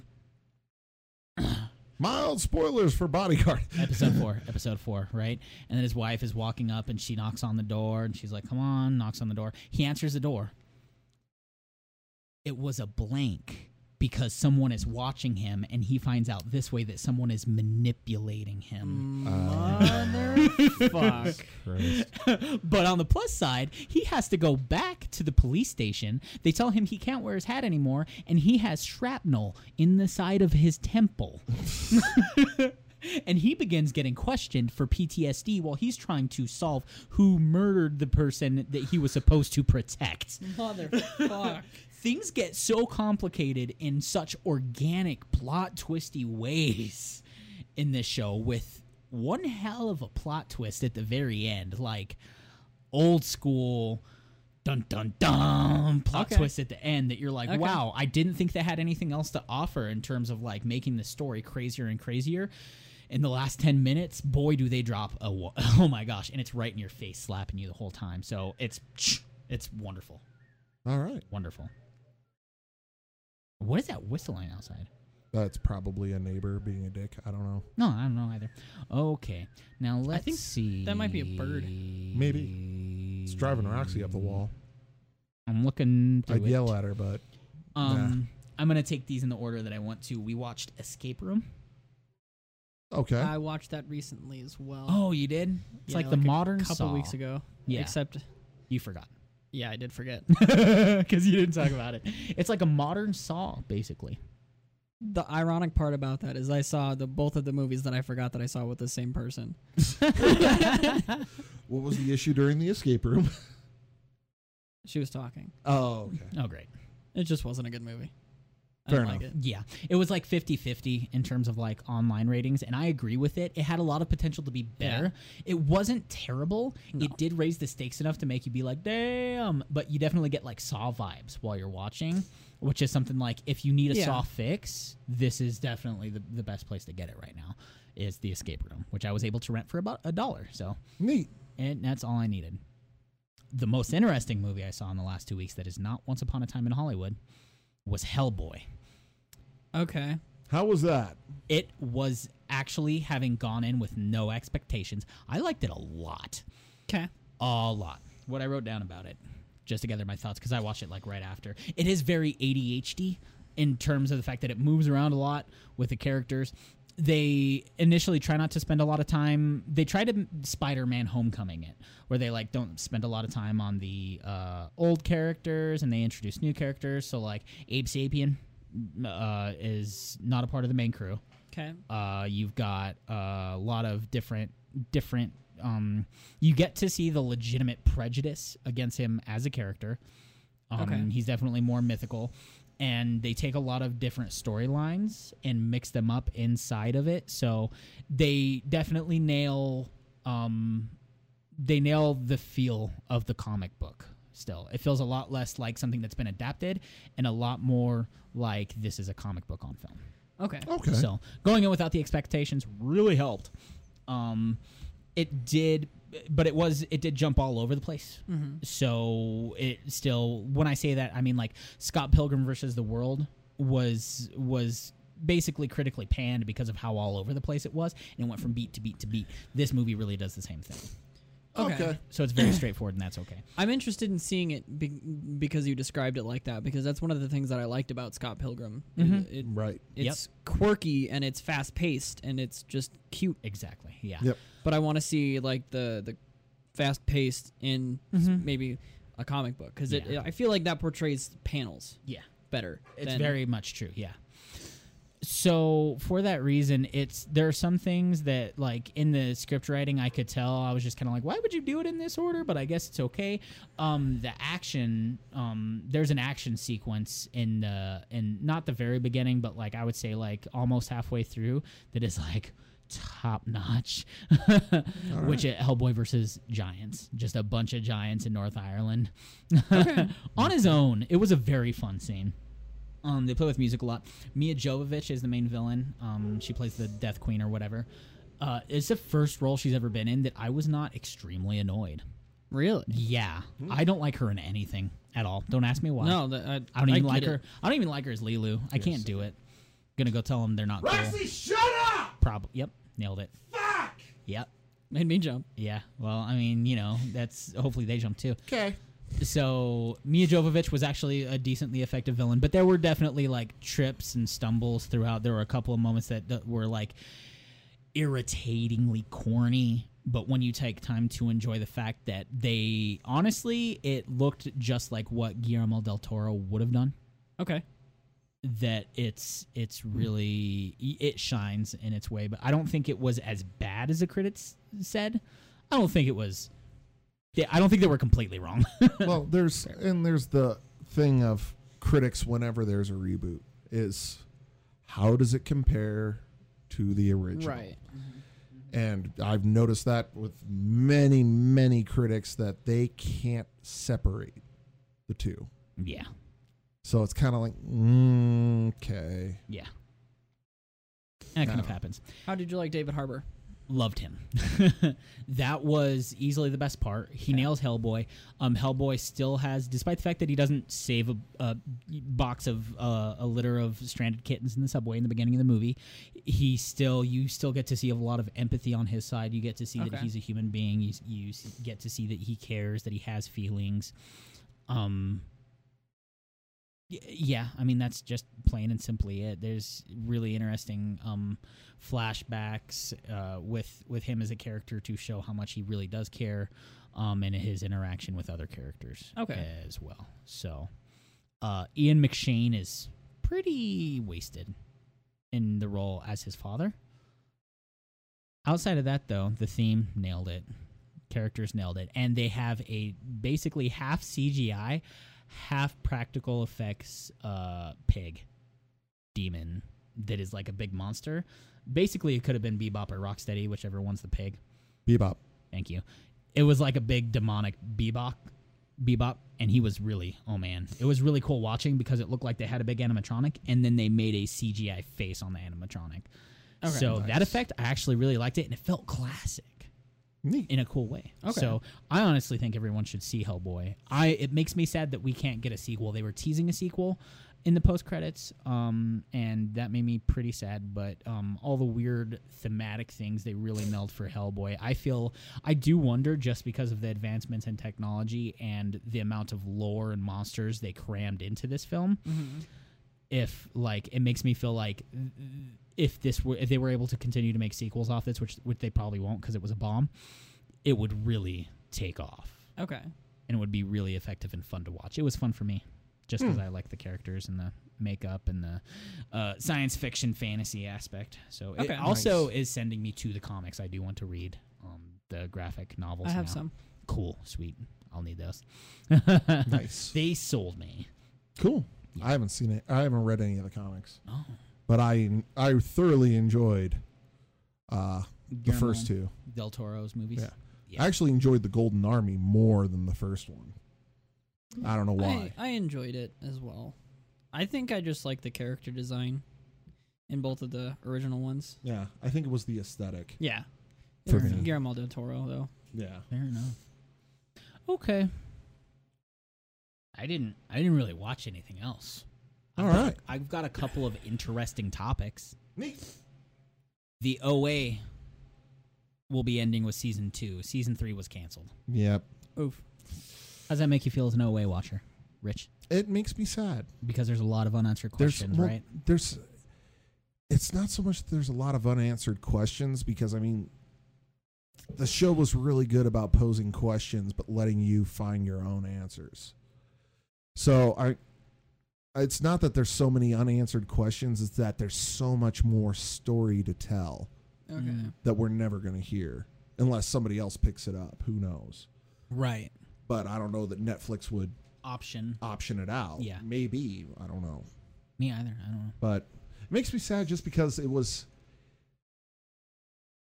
Speaker 4: Mild spoilers for Bodyguard.
Speaker 1: episode four, episode four, right? And then his wife is walking up and she knocks on the door and she's like, come on, knocks on the door. He answers the door. It was a blank because someone is watching him and he finds out this way that someone is manipulating him.
Speaker 3: Motherfuck.
Speaker 4: Christ.
Speaker 1: But on the plus side, he has to go back to the police station. They tell him he can't wear his hat anymore and he has shrapnel in the side of his temple. and he begins getting questioned for PTSD while he's trying to solve who murdered the person that he was supposed to protect.
Speaker 3: Motherfuck.
Speaker 1: Things get so complicated in such organic, plot twisty ways in this show, with one hell of a plot twist at the very end, like old school. Dun dun dun! Plot
Speaker 3: Okay.
Speaker 1: twist at the end that you're like,
Speaker 3: Okay.
Speaker 1: wow, I didn't think they had anything else to offer in terms of like making the story crazier and crazier. In the last ten minutes, boy, do they drop a wa- oh my gosh, and it's right in your face, slapping you the whole time. So it's it's wonderful.
Speaker 4: All right.
Speaker 1: Wonderful. What is that whistling outside?
Speaker 4: That's probably a neighbor being a dick. I don't know.
Speaker 1: No, I don't know either. Okay, now let's
Speaker 3: think
Speaker 1: see.
Speaker 3: that might be a bird.
Speaker 1: Maybe
Speaker 4: It's driving Roxy up the wall.
Speaker 1: I'm looking. Through
Speaker 4: I'd
Speaker 1: Mm, it.
Speaker 4: yell at her, but
Speaker 1: Um, I'm gonna take these in the order that I want to. We watched Escape Room.
Speaker 4: okay.
Speaker 1: Uh,
Speaker 3: I watched that recently as well.
Speaker 1: Oh, you did. It's
Speaker 3: Yeah,
Speaker 1: like, the modern
Speaker 3: a couple
Speaker 1: Saw.
Speaker 3: weeks ago.
Speaker 1: Yeah,
Speaker 3: Except,
Speaker 1: you forgot
Speaker 3: yeah, I did forget.
Speaker 1: because you didn't talk about it. It's like a modern Saw, basically.
Speaker 3: the ironic part about that is I saw the both of the movies that I forgot that I saw with the same person.
Speaker 1: Oh,
Speaker 4: what was the issue during the escape room?
Speaker 3: She was talking.
Speaker 4: oh, okay.
Speaker 1: Oh, great.
Speaker 3: It just wasn't a good movie. I
Speaker 4: Fair
Speaker 3: didn't like it.
Speaker 1: Yeah. It was like 50-50 in terms of like online ratings and I agree with it. It had a lot of potential to be better. It wasn't terrible.
Speaker 3: No.
Speaker 1: It did raise the stakes enough to make you be like, "Damn." But you definitely get like saw vibes while you're watching, which is something like if you need a
Speaker 3: Yeah.
Speaker 1: saw fix, this is definitely the, the best place to get it right now is the escape room, which I was able to rent for about a dollar. So,
Speaker 4: Neat.
Speaker 1: and that's all I needed. The most interesting movie I saw in the last 2 weeks that is not Once Upon a Time in Hollywood was Hellboy.
Speaker 3: Okay.
Speaker 4: How was that?
Speaker 1: It was actually having gone in with no expectations. I liked it a lot.
Speaker 3: Okay.
Speaker 1: A lot. What I wrote down about it, just to gather my thoughts, because I watched it like right after. It is very ADHD in terms of the fact that it moves around a lot with the characters. They initially try not to spend a lot of time. They try to Spider-Man Homecoming it, where they like don't spend a lot of time on the uh, old characters and they introduce new characters. So like Abe Sapien uh, is not a part of the main crew.
Speaker 3: Okay.
Speaker 1: Uh, you've got uh, a lot of different different. Um, you get to see the legitimate prejudice against him as a character. Um,
Speaker 3: Okay.
Speaker 1: He's definitely more mythical, and they take a lot of different storylines and mix them up inside of it. So they definitely nail. Um, they nail the feel of the comic book still. It feels a lot less like something that's been adapted and a lot more like this is a comic book on film.
Speaker 3: Okay.
Speaker 4: Okay.
Speaker 1: So going in without the expectations really helped. Um, it did, but it was it did jump all over the place. So it still, when I say that, I mean like Scott Pilgrim versus the World was was basically critically panned because of how all over the place it was, and it went from beat to beat to beat. This movie really does the same thing,
Speaker 3: Okay.
Speaker 4: okay.
Speaker 1: so it's very straightforward, and that's okay.
Speaker 3: I'm interested in seeing it be- because you described it like that because that's one of the things that I liked about Scott Pilgrim. It- It,
Speaker 4: Right.
Speaker 1: Yep.
Speaker 3: it's quirky and it's fast paced and it's just cute.
Speaker 1: Exactly. Yeah.
Speaker 4: Yep.
Speaker 3: But I want to see like the the fast paced in s- maybe a comic book because it,
Speaker 1: Yeah.
Speaker 3: I feel like that portrays panels
Speaker 1: Yeah.
Speaker 3: better.
Speaker 1: It's
Speaker 3: than-
Speaker 1: very much true. Yeah. so for that reason, it's there are some things that like in the script writing I could tell I was just kind of like, why would you do it in this order? But I guess it's okay. Um, the action, um, there's an action sequence in the in not the very beginning, but like I would say like almost halfway through that is like top notch, which at Hellboy versus Giants, just a bunch of giants in North Ireland on his own. It was a very fun scene. Um, they play with music a lot. Mia Jovovich is the main villain. Um, she plays the Death Queen or whatever. Uh, it's the first role she's ever been in that I was not extremely annoyed.
Speaker 3: Really?
Speaker 1: Yeah, I don't like her in anything at all. Don't ask me why.
Speaker 3: No, that, I,
Speaker 1: I don't even
Speaker 3: get
Speaker 1: like
Speaker 3: it.
Speaker 1: her. I don't even like her as Lilu. I can't do it. Gonna go tell them they're not. Cool.
Speaker 2: Roxy, shut up!
Speaker 1: Prob- yep, nailed it.
Speaker 2: Fuck!
Speaker 1: Yep,
Speaker 3: Made me jump.
Speaker 1: yeah. Well, I mean, you know, that's hopefully they jump too.
Speaker 2: Okay.
Speaker 1: so Mia Jovovich was actually a decently effective villain, but there were definitely like trips and stumbles throughout. There were a couple of moments that, that were like irritatingly corny, but when you take time to enjoy the fact that they honestly, it looked just like what Guillermo del Toro would have done
Speaker 3: Okay.
Speaker 1: that it's it's really it shines in its way but i don't think it was as bad as the critics said i don't think it was yeah, i don't think they were completely wrong
Speaker 4: well,
Speaker 2: There's and there's the thing of critics whenever there's a reboot is how does it compare to the original?
Speaker 3: Right.
Speaker 2: And I've noticed that with many, many critics that they can't separate the two.
Speaker 1: yeah
Speaker 2: So it's kind of like, mm, okay.
Speaker 1: yeah that kind of
Speaker 2: No.
Speaker 1: happens
Speaker 3: How did you like David Harbor?
Speaker 1: loved him that was easily the best part he nails hellboy um hellboy still has despite the fact that he doesn't save a, a box of uh, a litter of stranded kittens in the subway in the beginning of the movie he still you still get to see a lot of empathy on his side you get to see that
Speaker 3: Okay.
Speaker 1: he's a human being you, s- you s- get to see that he cares that he has feelings um y- yeah i mean that's just plain and simply it there's really interesting um flashbacks uh with with him as a character to show how much he really does care um and his interaction with other characters
Speaker 3: Okay.
Speaker 1: as well so uh ian mcshane is pretty wasted in the role as his father outside of that though the theme nailed it characters nailed it and they have a basically half cgi half practical effects uh pig demon that is like a big monster basically it could have been bebop or rocksteady whichever one's the pig
Speaker 2: Bebop.
Speaker 1: thank you it was like a big demonic bebop bebop and he was really oh man it was really cool watching because it looked like they had a big animatronic and then they made a cgi face on the animatronic
Speaker 3: Okay.
Speaker 1: so that
Speaker 2: Nice.
Speaker 1: effect i actually really liked it and it felt classic
Speaker 4: Neat.
Speaker 1: in a cool way.
Speaker 3: Okay.
Speaker 1: So I honestly think everyone should see Hellboy. I it makes me sad that we can't get a sequel. They were teasing a sequel in the post credits, um, and that made me pretty sad. But um, all the weird thematic things they really nailed for Hellboy. I feel I do wonder just because of the advancements in technology and the amount of lore and monsters they crammed into this film
Speaker 3: Mm-hmm.
Speaker 1: if like it makes me feel like if this were if they were able to continue to make sequels off this which which they probably won't because it was a bomb it would really take off
Speaker 3: Okay.
Speaker 1: and it would be really effective and fun to watch it was fun for me just because i like the characters and the makeup and the uh, science fiction fantasy aspect so
Speaker 3: Okay.
Speaker 1: it also is sending me to the comics i do want to read um, the graphic novels
Speaker 3: I have
Speaker 1: now.
Speaker 3: some.
Speaker 1: cool sweet i'll need those
Speaker 2: Nice.
Speaker 1: they sold me
Speaker 2: Cool. I haven't seen it. I haven't read any of the comics,
Speaker 1: oh
Speaker 2: but I I thoroughly enjoyed uh, the
Speaker 1: Guillermo
Speaker 2: first two.
Speaker 1: del toro's movies
Speaker 2: Yeah.
Speaker 1: Yeah.
Speaker 2: I actually enjoyed the Golden Army more than the first one. I don't know why.
Speaker 3: I, I enjoyed it as well. I think I just like the character design in both of the original ones.
Speaker 2: yeah, I think it was the aesthetic.
Speaker 3: Yeah.
Speaker 2: For
Speaker 3: Or
Speaker 2: me.
Speaker 3: Guillermo del Toro, though.
Speaker 2: Yeah.
Speaker 1: Fair enough. Okay. I didn't. I didn't really watch anything else.
Speaker 2: All
Speaker 1: I've got a-
Speaker 2: right.
Speaker 1: I've got a couple of interesting topics.
Speaker 2: Neat.
Speaker 1: The OA will be ending with season two. Season three was canceled.
Speaker 2: Yep.
Speaker 3: Oof.
Speaker 1: How does that make you feel as an OA watcher, Rich?
Speaker 2: It makes me sad.
Speaker 1: Because there's a lot of unanswered
Speaker 2: There's
Speaker 1: questions,
Speaker 2: well,
Speaker 1: right?
Speaker 2: There's. It's not so much that there's a lot of unanswered questions because I mean, the show was really good about posing questions but letting you find your own answers. So I, it's not that there's so many unanswered questions, it's that there's so much more story to tell
Speaker 3: Okay.
Speaker 1: Mm.
Speaker 2: that we're never going to hear unless somebody else picks it up. Who knows?
Speaker 1: Right.
Speaker 2: But I don't know that Netflix would
Speaker 1: Option.
Speaker 2: option it out.
Speaker 1: Yeah.
Speaker 2: Maybe. I don't know.
Speaker 1: Me either. I don't know.
Speaker 2: But it makes me sad just because it was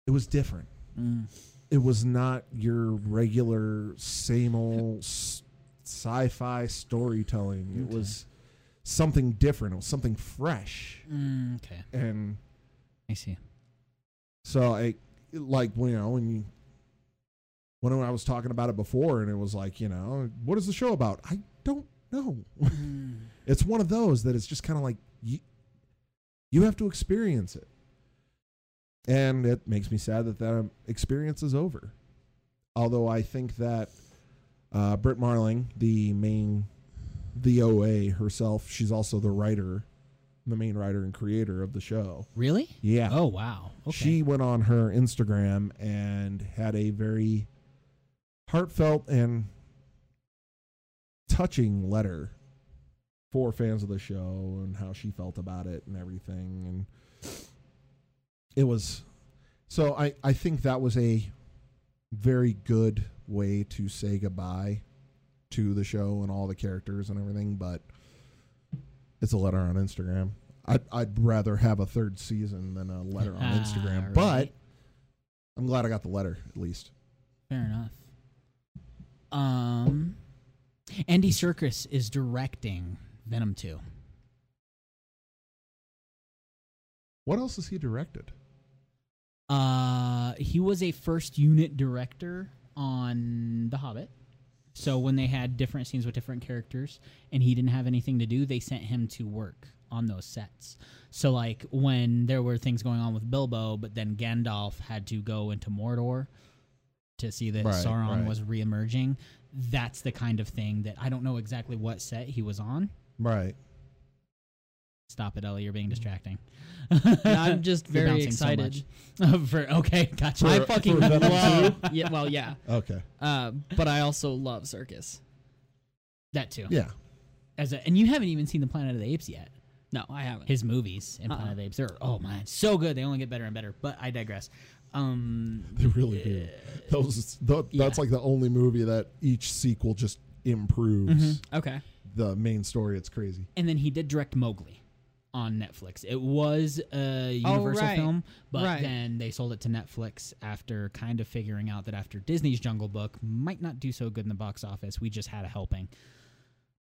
Speaker 2: it was different.
Speaker 1: Mm.
Speaker 2: It was not your regular same old s- sci-fi storytelling. It
Speaker 1: Okay.
Speaker 2: was something different. It was something fresh.
Speaker 1: Mm, okay.
Speaker 2: And
Speaker 1: I see.
Speaker 2: So I like you know when you when I was talking about it before, and it was like you know what is the show about? I don't know.
Speaker 1: Mm.
Speaker 2: It's one of those that it's just kind of like you you have to experience it, and it makes me sad that that experience is over. Although I think that uh, Britt Marling, the main the OA herself, she's also the writer, the main writer and creator of the show.
Speaker 1: Really?
Speaker 2: Yeah.
Speaker 1: Oh wow. Okay.
Speaker 2: She went on her Instagram and had a very heartfelt and touching letter for fans of the show and how she felt about it and everything and it was so I I think that was a very good way to say goodbye to the show and all the characters and everything but it's a letter on Instagram. I'd, I'd rather have a third season than a letter on
Speaker 1: Ah,
Speaker 2: Instagram,
Speaker 1: right.
Speaker 2: but I'm glad I got the letter at least.
Speaker 1: fair enough. Um, Andy Serkis is directing Venom Two.
Speaker 2: What else has he directed?
Speaker 1: Uh, he was a first unit director on The Hobbit. So when they had different scenes with different characters and he didn't have anything to do, they sent him to work on those sets. So like when there were things going on with Bilbo, but then Gandalf had to go into Mordor to see that
Speaker 2: Right,
Speaker 1: Sauron
Speaker 2: right.
Speaker 1: was reemerging. That's the kind of thing that I don't know exactly what set he was on.
Speaker 2: Right.
Speaker 1: Stop it, Ellie. You're
Speaker 2: Mm.
Speaker 1: being distracting.
Speaker 3: No, I'm just
Speaker 1: You're
Speaker 3: very
Speaker 1: bouncing so
Speaker 3: excited.
Speaker 1: much. for okay, gotcha.
Speaker 3: I
Speaker 2: For-
Speaker 3: fucking
Speaker 2: for Venom
Speaker 3: love. yeah, well, yeah.
Speaker 2: Okay.
Speaker 3: Uh, but I also love circus.
Speaker 1: That too.
Speaker 2: Yeah.
Speaker 1: As a, and you haven't even seen the Planet of the Apes yet.
Speaker 3: No, I haven't.
Speaker 1: His movies in Planet
Speaker 3: Uh-uh.
Speaker 1: of the Apes are oh man, so good. They only get better and better. But I digress. Um,
Speaker 2: They really do. Those tho- that's
Speaker 1: Yeah.
Speaker 2: like the only movie that each sequel just improves
Speaker 3: okay.
Speaker 1: Mm-hmm.
Speaker 2: the main story. It's crazy.
Speaker 1: and then he did direct Mowgli on Netflix. It was a
Speaker 3: Oh,
Speaker 1: Universal
Speaker 3: right.
Speaker 1: film, but
Speaker 3: Right.
Speaker 1: then they sold it to Netflix after kind of figuring out that after Disney's Jungle Book might not do so good in the box office, we just had a helping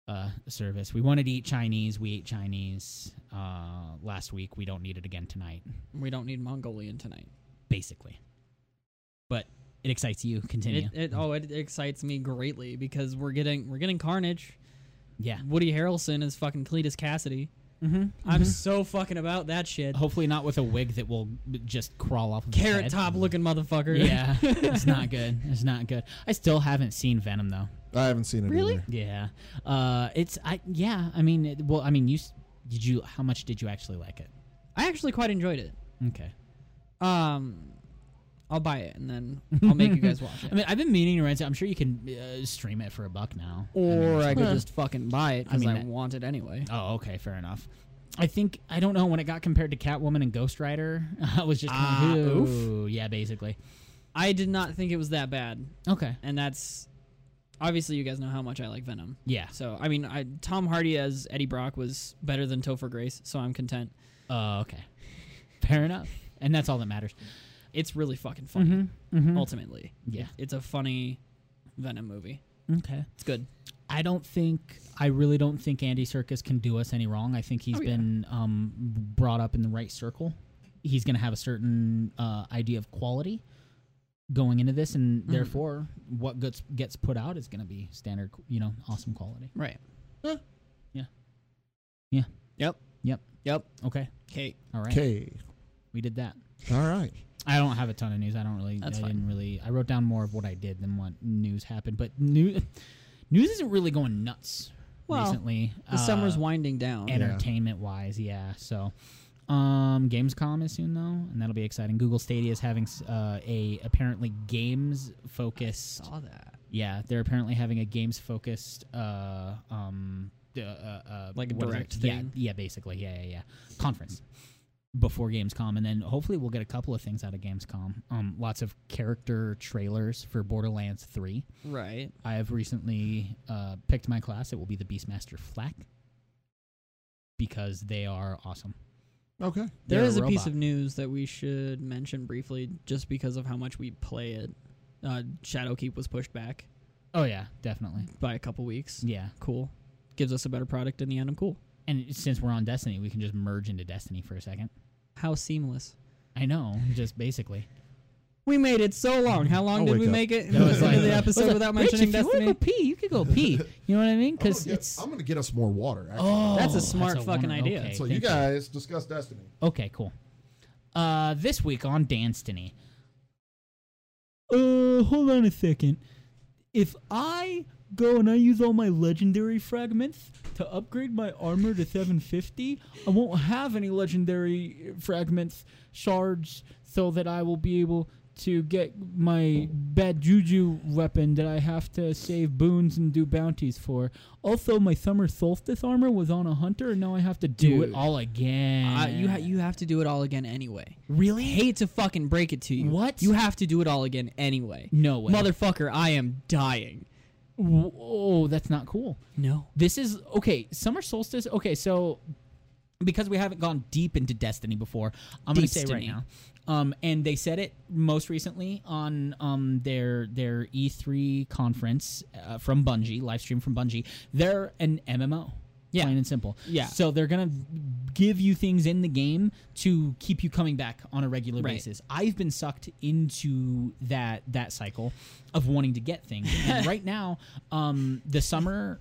Speaker 1: uh, service. We wanted to eat Chinese. We ate Chinese uh, last week. We don't need it again tonight,
Speaker 3: We don't need Mongolian tonight.
Speaker 1: basically. But it excites you. Continue.
Speaker 3: It, it oh, it excites me greatly because we're getting we're getting Carnage.
Speaker 1: yeah.
Speaker 3: Woody Harrelson is fucking Cletus Cassidy.
Speaker 1: Mm-hmm. Oh,
Speaker 3: I'm so fucking about that shit.
Speaker 1: Hopefully not with a wig that will just crawl off. Of his
Speaker 3: Carrot
Speaker 1: head.
Speaker 3: top looking motherfucker.
Speaker 1: Yeah, it's not good. It's not good. I still haven't seen Venom though.
Speaker 2: I haven't seen it
Speaker 3: Really?
Speaker 2: either.
Speaker 1: Yeah, uh, it's I. Yeah, I mean, it, well, I mean, you s- did you? How much did you actually like it?
Speaker 3: I actually quite enjoyed it.
Speaker 1: Okay.
Speaker 3: Um, I'll buy it and then I'll make you guys watch
Speaker 1: I
Speaker 3: it.
Speaker 1: mean, I've been meaning to rent it. I'm sure you can uh, stream it for a buck now.
Speaker 3: Or I could
Speaker 1: Huh.
Speaker 3: just fucking buy it because
Speaker 1: mean,
Speaker 3: I,
Speaker 1: that-
Speaker 3: want it anyway.
Speaker 1: Oh, okay, fair enough. I think I don't know when it got compared to Catwoman and Ghost Rider. I was just
Speaker 3: Ah,
Speaker 1: kind of
Speaker 3: oof.
Speaker 1: yeah, basically.
Speaker 3: I did not think it was that bad,
Speaker 1: Okay,
Speaker 3: and that's obviously you guys know how much I like Venom.
Speaker 1: yeah.
Speaker 3: So I mean, I, Tom Hardy as Eddie Brock was better than Topher Grace, so I'm content.
Speaker 1: Uh, okay, fair enough. And that's all that matters.
Speaker 3: It's really fucking funny.
Speaker 1: Mm-hmm.
Speaker 3: Ultimately,
Speaker 1: Yeah.
Speaker 3: it's a funny Venom movie.
Speaker 1: Okay.
Speaker 3: It's good.
Speaker 1: I don't think I really don't think Andy Circus can do us any wrong. I think he's
Speaker 3: Oh, yeah.
Speaker 1: been um, brought up in the right circle. He's going to have a certain uh, idea of quality going into this, and therefore, what gets gets put out is going to be standard, you know, awesome quality.
Speaker 3: Right.
Speaker 1: Yep. Okay.
Speaker 3: Okay.
Speaker 1: All right.
Speaker 2: Okay.
Speaker 1: We did that.
Speaker 2: All right.
Speaker 1: I don't have a ton of news. I don't really.
Speaker 3: That's
Speaker 1: I
Speaker 3: fine.
Speaker 1: didn't really. I wrote down more of what I did than what news happened, but news news isn't really going nuts
Speaker 3: Well,
Speaker 1: recently.
Speaker 3: The summer's
Speaker 1: Uh,
Speaker 3: winding down.
Speaker 2: and- Yeah.
Speaker 1: entertainment wise yeah so um gamescom is soon though and that'll be exciting google stadia is having s- uh, a apparently games focused
Speaker 3: saw that.
Speaker 1: yeah they're apparently having a games focused uh um uh, uh,
Speaker 3: Like a
Speaker 1: what is it?
Speaker 3: direct thing.
Speaker 1: Yeah, yeah, basically, yeah, yeah, yeah. Conference before Gamescom, and then hopefully we'll get a couple of things out of Gamescom. Um, lots of character trailers for Borderlands Three.
Speaker 3: Right.
Speaker 1: I have recently uh, picked my class. It will be the Beastmaster Flak because they are awesome.
Speaker 4: Okay.
Speaker 3: There
Speaker 1: They're
Speaker 3: is a piece
Speaker 1: robot.
Speaker 3: of news that we should mention briefly, just because of how much we play it. Uh, Shadowkeep was pushed back
Speaker 1: Oh yeah, definitely.
Speaker 3: by a couple weeks.
Speaker 1: Yeah,
Speaker 3: Cool. Gives us a better product in the end. I'm cool.
Speaker 1: and since we're on Destiny, we can just merge into Destiny for a second.
Speaker 3: How seamless.
Speaker 1: I know, just basically.
Speaker 3: We made it so long. How long
Speaker 4: I'll
Speaker 3: did
Speaker 4: wake
Speaker 3: we
Speaker 4: up.
Speaker 3: make it?
Speaker 1: That was
Speaker 3: Listen
Speaker 1: like-
Speaker 3: to the episode
Speaker 1: Listen,
Speaker 3: without
Speaker 1: Rich, if
Speaker 3: mentioning
Speaker 1: you
Speaker 3: Destiny.
Speaker 1: want to go pee, you could go pee. You know what I mean?
Speaker 2: Oh,
Speaker 4: I'm
Speaker 1: Because
Speaker 4: gonna, get,
Speaker 1: it's
Speaker 4: I'm gonna get us more water. Actually.
Speaker 1: oh,
Speaker 3: That's a smart fucking
Speaker 1: wonder-
Speaker 3: idea.
Speaker 1: Okay,
Speaker 4: so you
Speaker 1: thank
Speaker 4: guys discuss Destiny.
Speaker 1: Okay, cool. Uh, this week on Danstiny. Uh, hold on a second. If I go and I use all my legendary fragments to upgrade my armor to 750, I won't have any legendary fragments shards, so that I will be able to get my bad juju weapon that I have to save boons and do bounties for. Also, my summer solstice armor was on a hunter, and now I have to do it
Speaker 3: Dude.
Speaker 1: all again.
Speaker 3: Uh, you ha- you have to do it all again anyway.
Speaker 1: Really?
Speaker 3: Hate to fucking break it to you.
Speaker 1: What?
Speaker 3: You have to do it all again anyway.
Speaker 1: No way.
Speaker 3: Motherfucker, I am dying.
Speaker 1: W- Oh, that's not cool.
Speaker 3: No.
Speaker 1: This is okay. Summer solstice. Okay, so because we haven't gone deep into Destiny before, I'm going to say right
Speaker 3: Destiny.
Speaker 1: now. Um, and they said it most recently on um, their their E3 conference uh, from Bungie, live stream from Bungie. They're an MMO.
Speaker 3: Yeah.
Speaker 1: Plain and simple.
Speaker 3: Yeah.
Speaker 1: So they're gonna give you things in the game to keep you coming back on a regular
Speaker 3: Right.
Speaker 1: basis. I've been sucked into that that cycle of wanting to get things. And right now, um, the summer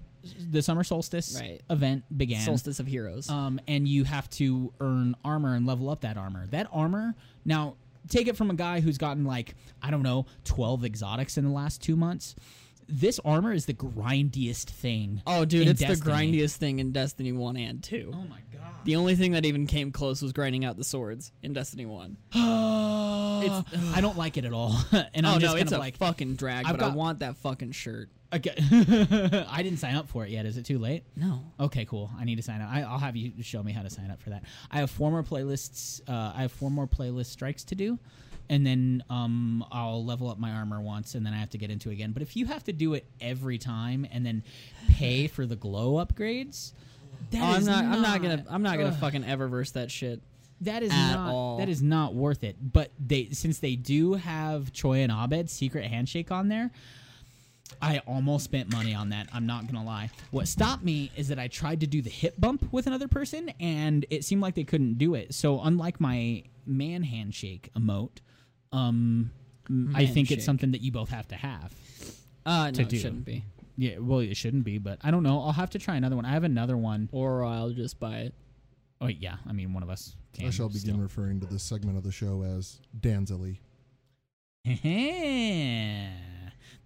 Speaker 1: the summer solstice
Speaker 3: Right.
Speaker 1: event began.
Speaker 3: Solstice of Heroes.
Speaker 1: Um, and you have to earn armor and level up that armor. That armor, now take it from a guy who's gotten like, I don't know, 12 exotics in the last two months. This armor is the grindiest thing.
Speaker 3: oh, dude,
Speaker 1: in
Speaker 3: it's the
Speaker 1: Destiny.
Speaker 3: grindiest thing in Destiny 1 and 2.
Speaker 1: Oh my god.
Speaker 3: The only thing that even came close was grinding out the swords in Destiny 1.
Speaker 1: It's- I don't like it at all. and
Speaker 3: oh,
Speaker 1: I'm just
Speaker 3: no,
Speaker 1: kind
Speaker 3: it's
Speaker 1: of
Speaker 3: a
Speaker 1: like,
Speaker 3: fucking drag,
Speaker 1: I've
Speaker 3: but I
Speaker 1: got-
Speaker 3: want that fucking shirt.
Speaker 1: okay. I didn't sign up for it yet. Is it too late?
Speaker 3: No.
Speaker 1: Okay, cool. I need to sign up. I, I'll have you show me how to sign up for that. I have four more playlists. Uh, I have four more playlist strikes to do, and then um, I'll level up my armor once, and then I have to get into it again. But if you have to do it every time and then pay for the glow upgrades, that
Speaker 3: Oh, I'm
Speaker 1: is
Speaker 3: not, I'm not gonna I'm not gonna
Speaker 1: ugh,
Speaker 3: fucking ever verse that shit.
Speaker 1: that is
Speaker 3: at
Speaker 1: not
Speaker 3: all.
Speaker 1: that is not worth it. But they since they do have Choi and Abed's secret handshake on there, I almost spent money on that. I'm not gonna lie. What stopped me is that I tried to do the hip bump with another person, and it seemed like they couldn't do it. So unlike my man handshake emote, um, I think
Speaker 3: Manshake.
Speaker 1: it's something that you both have to have.
Speaker 3: Uh no, it
Speaker 1: do.
Speaker 3: shouldn't be.
Speaker 1: Yeah, well, it shouldn't be, but I don't know. I'll have to try another one. I have another one.
Speaker 3: Or I'll just buy it.
Speaker 1: Oh yeah, I mean one of us. Can
Speaker 2: I shall begin
Speaker 1: still.
Speaker 2: referring to this segment of the show as Danzili.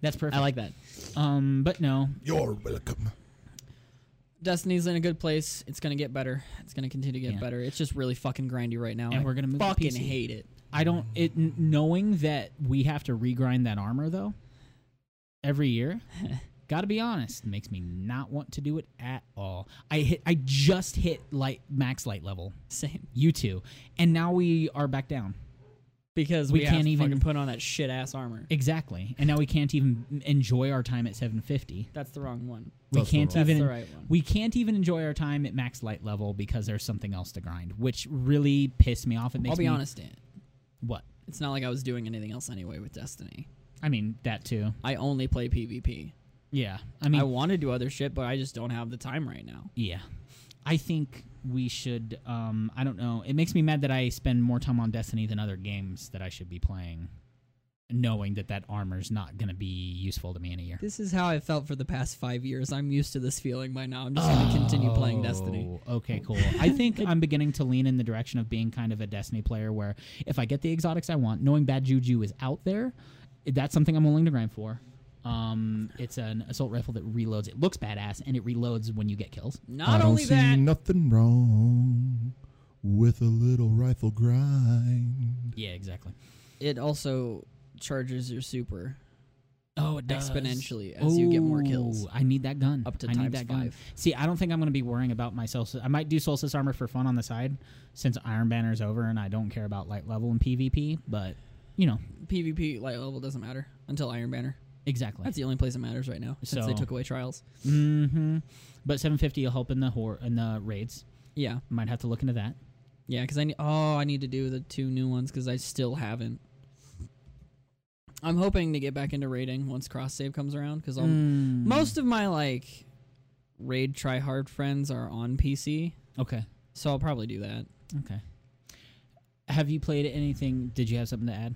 Speaker 1: That's perfect.
Speaker 3: I like that.
Speaker 1: Um, but no,
Speaker 2: You're welcome.
Speaker 3: Destiny's in a good place. It's gonna get better. It's gonna continue to get
Speaker 1: Yeah.
Speaker 3: better. It's just really fucking grindy right now.
Speaker 1: And
Speaker 3: I
Speaker 1: we're gonna move to
Speaker 3: fucking
Speaker 1: PC.
Speaker 3: hate it.
Speaker 1: I don't. It n- knowing that we have to regrind that armor though every year. Got to be honest, makes me not want to do it at all. I hit. I just hit light max light level.
Speaker 3: Same
Speaker 1: You two, and now we are back down.
Speaker 3: because
Speaker 1: We
Speaker 3: we,
Speaker 1: can't
Speaker 3: can't
Speaker 1: even-
Speaker 3: even fucking put on that shit ass armor.
Speaker 1: Exactly, and now we can't even enjoy our time at 750.
Speaker 3: That's the wrong one.
Speaker 1: We
Speaker 2: That's the
Speaker 1: can't
Speaker 2: wrong-
Speaker 3: That's
Speaker 1: even
Speaker 3: the right one.
Speaker 1: we can't even enjoy our time at max light level because there's something else to grind, which really pissed me off. It makes
Speaker 3: I'll be
Speaker 1: me,
Speaker 3: honest, Dan.
Speaker 1: What
Speaker 3: It's not like I was doing anything else anyway with Destiny.
Speaker 1: I mean that too.
Speaker 3: I only play PvP.
Speaker 1: Yeah, I
Speaker 3: I,
Speaker 1: mean
Speaker 3: want to do other shit, but I just don't have the time right now.
Speaker 1: Yeah. I think we should um I don't know. It makes me mad that I spend more time on Destiny than other games that I should be playing knowing that that armor's not going to be useful to me in a year.
Speaker 3: This is how I felt for the past five years. I'm used to this feeling by now. I'm just gonna continue playing Destiny.
Speaker 1: Oh, Okay, cool. I think I'm beginning to lean in the direction of being kind of a Destiny player where if I get the exotics I want, knowing bad juju is out there, that's something I'm willing to grind for. Um, it's an assault rifle that reloads. It looks badass and it reloads when you get kills.
Speaker 2: I
Speaker 3: Not
Speaker 2: don't
Speaker 3: only
Speaker 2: see
Speaker 3: that,
Speaker 2: nothing wrong with a little rifle grind.
Speaker 1: Yeah, exactly.
Speaker 3: it also charges your super
Speaker 1: Oh, it does.
Speaker 3: exponentially as you get more kills.
Speaker 1: Ooh, I need that gun.
Speaker 3: Up to
Speaker 1: I need
Speaker 3: times
Speaker 1: that gun.
Speaker 3: five.
Speaker 1: See, I don't think I'm going to be worrying about myself. I might do Solstice Armor for fun on the side since Iron Banner's over and I don't care about light level and PvP, but, you know,
Speaker 3: PvP light level doesn't matter until Iron Banner.
Speaker 1: exactly.
Speaker 3: That's the only place that matters right now since they
Speaker 1: So-
Speaker 3: took away trials.
Speaker 1: mm-hmm. But 750 will help in the hor- in the raids.
Speaker 3: Yeah,
Speaker 1: Might have to look into that.
Speaker 3: yeah. Because I need. Oh, I need to do the two new ones because I still haven't. I'm hoping to get back into raiding once cross save comes around because
Speaker 1: Mm.
Speaker 3: most of my like raid try hard friends are on PC,
Speaker 1: Okay.
Speaker 3: so I'll probably do that.
Speaker 1: Okay. Have you played anything? Did you have something to add?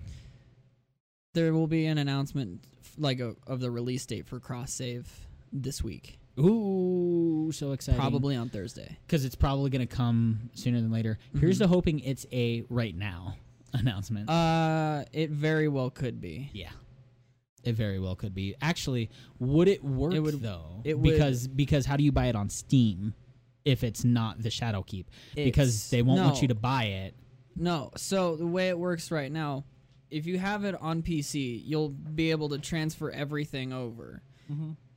Speaker 3: There will be an announcement f- like a, of the release date for cross save this week,
Speaker 1: Ooh, so exciting.
Speaker 3: probably on Thursday.
Speaker 1: because it's probably going to come sooner than later.
Speaker 3: Mm-hmm.
Speaker 1: Here's to hoping it's a right now announcement.
Speaker 3: Uh, it very well could be.
Speaker 1: yeah, it very well could be. Actually, would it work
Speaker 3: It would-
Speaker 1: though?
Speaker 3: it would-
Speaker 1: because because how do you buy it on Steam if it's not the Shadow Keep? Because
Speaker 3: It's-
Speaker 1: they won't want
Speaker 3: no.
Speaker 1: you to buy it.
Speaker 3: No. So the way it works right now, if you have it on PC, you'll be able to transfer everything over.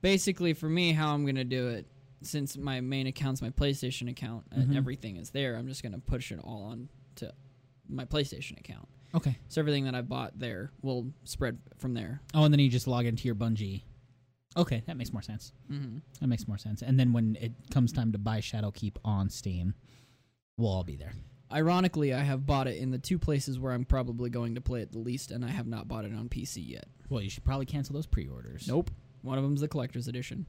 Speaker 3: Basically, for me, how I'm gonna do it, since my main account's my PlayStation account and everything is there, I'm just gonna push it all on to my PlayStation account.
Speaker 1: Okay.
Speaker 3: So everything that I bought there will spread from there.
Speaker 1: Oh, and then you just log into your Bungie. Okay, that makes more sense.
Speaker 3: Mhm.
Speaker 1: That makes more sense. And then when it comes time to buy Shadow Keep on Steam, we'll all be there.
Speaker 3: Ironically, I have bought it in the two places where I'm probably going to play it the least, and I have not bought it on PC yet.
Speaker 1: Well, you should probably cancel those pre-orders.
Speaker 3: Nope. One of them's the collector's edition.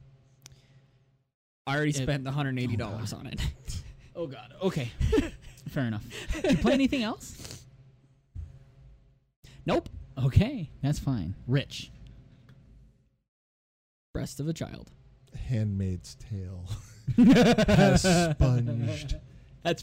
Speaker 3: I already
Speaker 1: It-
Speaker 3: spent the hundred eighty dollars on it.
Speaker 1: Oh God. Okay. Fair enough. Did you play anything else?
Speaker 3: nope.
Speaker 1: Okay, that's fine. Rich.
Speaker 3: Breast of a child.
Speaker 4: Handmaid's Tale has
Speaker 1: that's
Speaker 4: sponged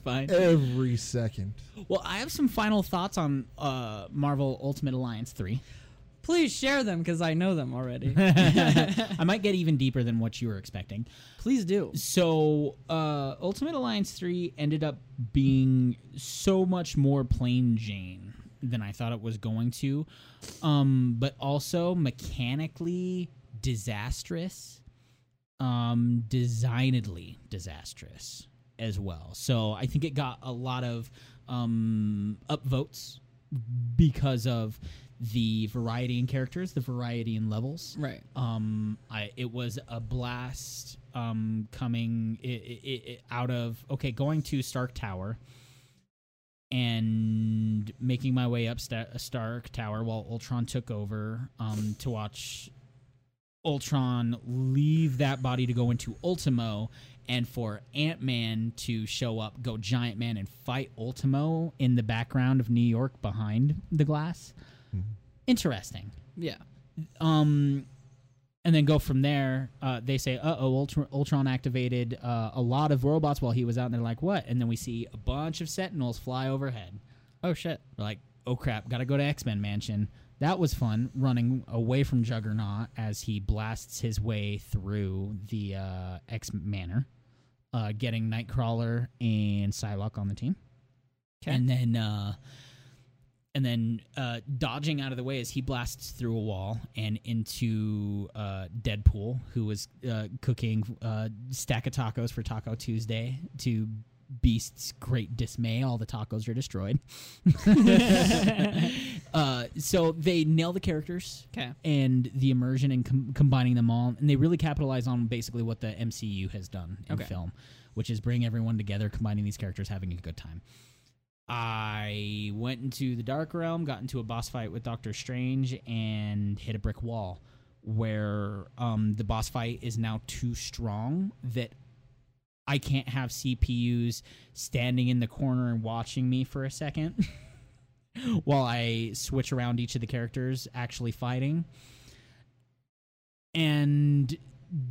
Speaker 1: fine.
Speaker 4: every second.
Speaker 1: Well, I have some final thoughts on uh, Marvel Ultimate Alliance three.
Speaker 3: Please share them because I know them already.
Speaker 1: I might get even deeper than what you were expecting.
Speaker 3: Please do.
Speaker 1: So, uh, Ultimate Alliance 3 ended up being so much more plain Jane than I thought it was going to, um, but also mechanically disastrous, um, designedly disastrous as well. So, I think it got a lot of um, upvotes because of the variety in characters, the variety in levels
Speaker 3: Right.
Speaker 1: um i it was a blast um coming i i i out of okay going to stark tower and making my way up Sta- stark tower while ultron took over um to watch ultron leave that body to go into ultimo and for ant-man to show up go giant man and fight ultimo in the background of new york behind the glass interesting
Speaker 3: Yeah.
Speaker 1: um and then go from there. Uh, they say, "Uh oh, Ultron, Ultron activated uh, a lot of robots while he was out." And they're like, "What?" And then we see a bunch of Sentinels fly overhead.
Speaker 3: Oh shit.
Speaker 1: We're like, "Oh crap, gotta go to X Men Mansion." That was fun, running away from Juggernaut as he blasts his way through the uh, X Manor, uh, getting Nightcrawler and Psylocke on the team,
Speaker 3: 'Kay.
Speaker 1: and then uh, and then uh, dodging out of the way as he blasts through a wall and into uh, Deadpool, who was uh, cooking uh, stack of tacos for Taco Tuesday to Beast's great dismay. All the tacos are destroyed. uh, so they nail the characters
Speaker 3: Okay.
Speaker 1: and the immersion and com- combining them all, and they really capitalize on basically what the MCU has done in
Speaker 3: Okay.
Speaker 1: film, which is bring everyone together, combining these characters, having a good time. I went into the Dark Realm, got into a boss fight with Doctor Strange, and hit a brick wall where um, the boss fight is now too strong that I can't have CPUs standing in the corner and watching me for a second while I switch around each of the characters actually fighting. And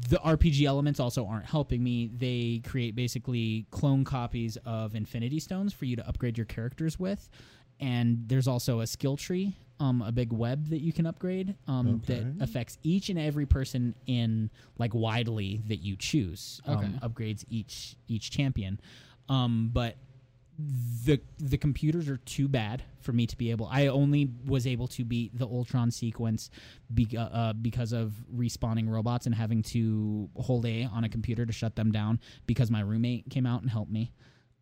Speaker 1: the RPG elements also aren't helping me. They create basically clone copies of Infinity Stones for you to upgrade your characters with. And there's also a skill tree, um, a big web that you can upgrade um,
Speaker 4: Okay.
Speaker 1: that affects each and every person in like widely that you choose. Um,
Speaker 3: Okay.
Speaker 1: Upgrades each each champion, um, but the the computers are too bad for me to be able. I only was able to beat the Ultron sequence be, uh, uh, because of respawning robots and having to hold A on a computer to shut them down because my roommate came out and helped me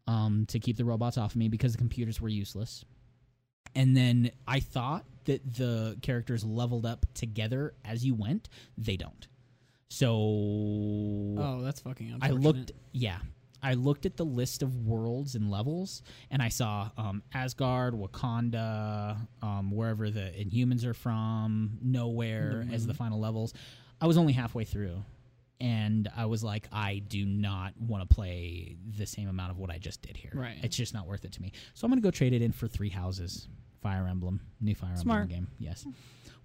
Speaker 1: um, to keep the robots off me because the computers were useless. And then I thought that the characters leveled up together as you went. They don't. So
Speaker 3: Oh, that's fucking
Speaker 1: I
Speaker 3: unfortunate.
Speaker 1: looked, yeah, I looked at the list of worlds and levels, and I saw um, Asgard, Wakanda, um, wherever the Inhumans are from, nowhere as the final levels. I was only halfway through, and I was like, I do not want to play the same amount of what I just did here.
Speaker 3: Right.
Speaker 1: it's just not worth it to me. So I'm gonna go trade it in for three houses. Fire Emblem, new Fire
Speaker 3: Smart.
Speaker 1: Emblem game, yes.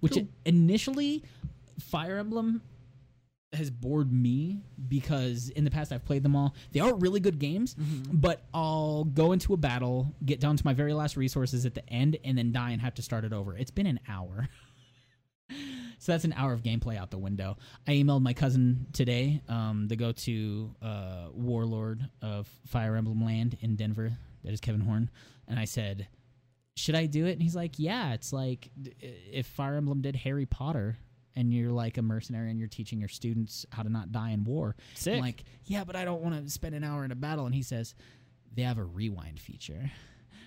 Speaker 1: Which initially, Fire Emblem has bored me because in the past I've played them all. They are really good games, but I'll go into a battle, get down to my very last resources at the end, and then die and have to start it over. It's been an hour. So that's an hour of gameplay out the window. I emailed my cousin today, um, the go-to uh, warlord of Fire Emblem Land in Denver. That is Kevin Horn, and I said, "Should I do it?" And he's like, "Yeah, it's like d- if Fire Emblem did Harry Potter, and you're like a mercenary and you're teaching your students how to not die in war."
Speaker 3: Sick.
Speaker 1: I'm like, "Yeah, but I don't want to spend an hour in a battle." And he says, "They have a rewind feature."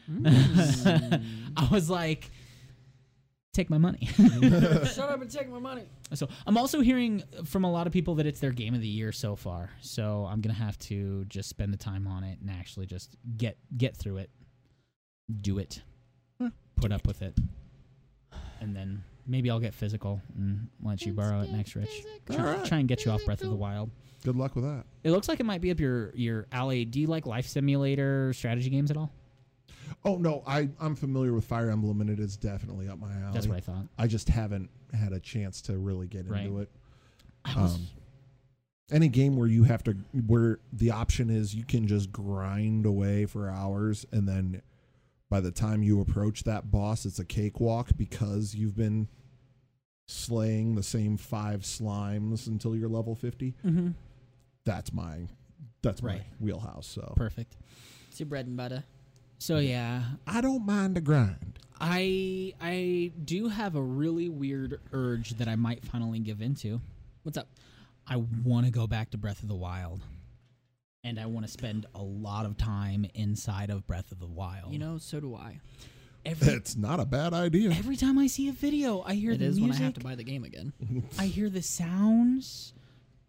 Speaker 3: mm.
Speaker 1: I was like, "Take my money."
Speaker 3: Shut up and take my money.
Speaker 1: So I'm also hearing from a lot of people that it's their game of the year so far. So I'm gonna have to just spend the time on it and actually just get get through it, do it, put up with it, and then maybe I'll get physical and let you borrow it next, Rich. Try,
Speaker 2: Alright.
Speaker 1: try and get you off Breath of the Wild.
Speaker 2: Good luck with that.
Speaker 1: It looks like it might be up your your alley. Do you like life simulator strategy games at all?
Speaker 2: Oh no, I I'm familiar with Fire Emblem and it is definitely up my alley.
Speaker 1: That's what I thought.
Speaker 2: I just haven't had a chance to really get
Speaker 1: Right.
Speaker 2: into it.
Speaker 1: I was
Speaker 2: Um, any game where you have to where the option is you can just grind away for hours and then by the time you approach that boss it's a cakewalk because you've been slaying the same five slimes until you're level 50
Speaker 1: Mhm.
Speaker 2: that's my that's my
Speaker 1: Right.
Speaker 2: wheelhouse so
Speaker 1: perfect.
Speaker 3: It's your bread and butter.
Speaker 1: So yeah,
Speaker 2: i don't mind the grind
Speaker 1: I I do have a really weird urge that I might finally give into.
Speaker 3: What's up?
Speaker 1: I want to go back to Breath of the Wild. And I want to spend a lot of time inside of Breath of the Wild.
Speaker 3: You know, so do I.
Speaker 1: every
Speaker 2: it's not a bad idea
Speaker 1: every time I see a video, I hear
Speaker 3: It
Speaker 1: the
Speaker 3: is when I
Speaker 1: music, I,
Speaker 3: have to buy the game again.
Speaker 1: hear the sounds,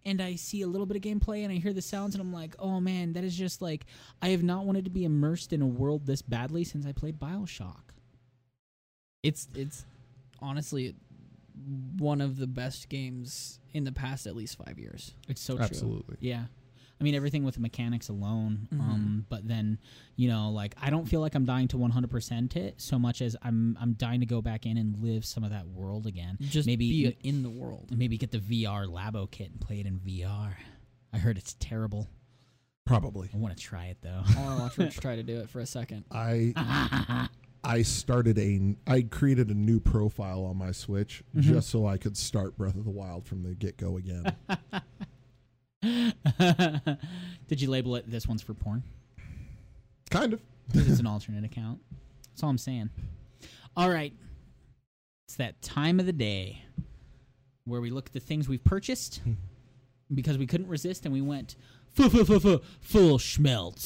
Speaker 1: and I see a little bit of gameplay, and I hear the sounds, and I'm like, oh man, that is just like I have not wanted to be immersed in a world this badly since I played Bioshock.
Speaker 3: It's it's honestly one of the best games in the past at least five years.
Speaker 1: It's so true.
Speaker 2: absolutely
Speaker 1: Yeah. I mean, everything with the mechanics alone.
Speaker 3: Mhm.
Speaker 1: Um, but then, you know, like I don't feel like I'm dying to 100% it so much as I'm I'm dying to go back in and live some of that world again.
Speaker 3: Just
Speaker 1: Maybe-
Speaker 3: maybe be in the world.
Speaker 1: Maybe get the VR Labo kit and play it in VR. I heard it's terrible.
Speaker 2: probably
Speaker 1: I want to try it though.
Speaker 3: I want to watch Rich try to do it for a second.
Speaker 2: i I started a I created a new profile on my Switch just so I could start Breath of the Wild from the get go again.
Speaker 1: Did you label it this one's for porn?
Speaker 2: kind of.
Speaker 1: 'Cause it's an alternate account. That's all I'm saying. All right. It's that time of the day where we look at the things we've purchased because we couldn't resist and we went full, full, full, full, full schmelz.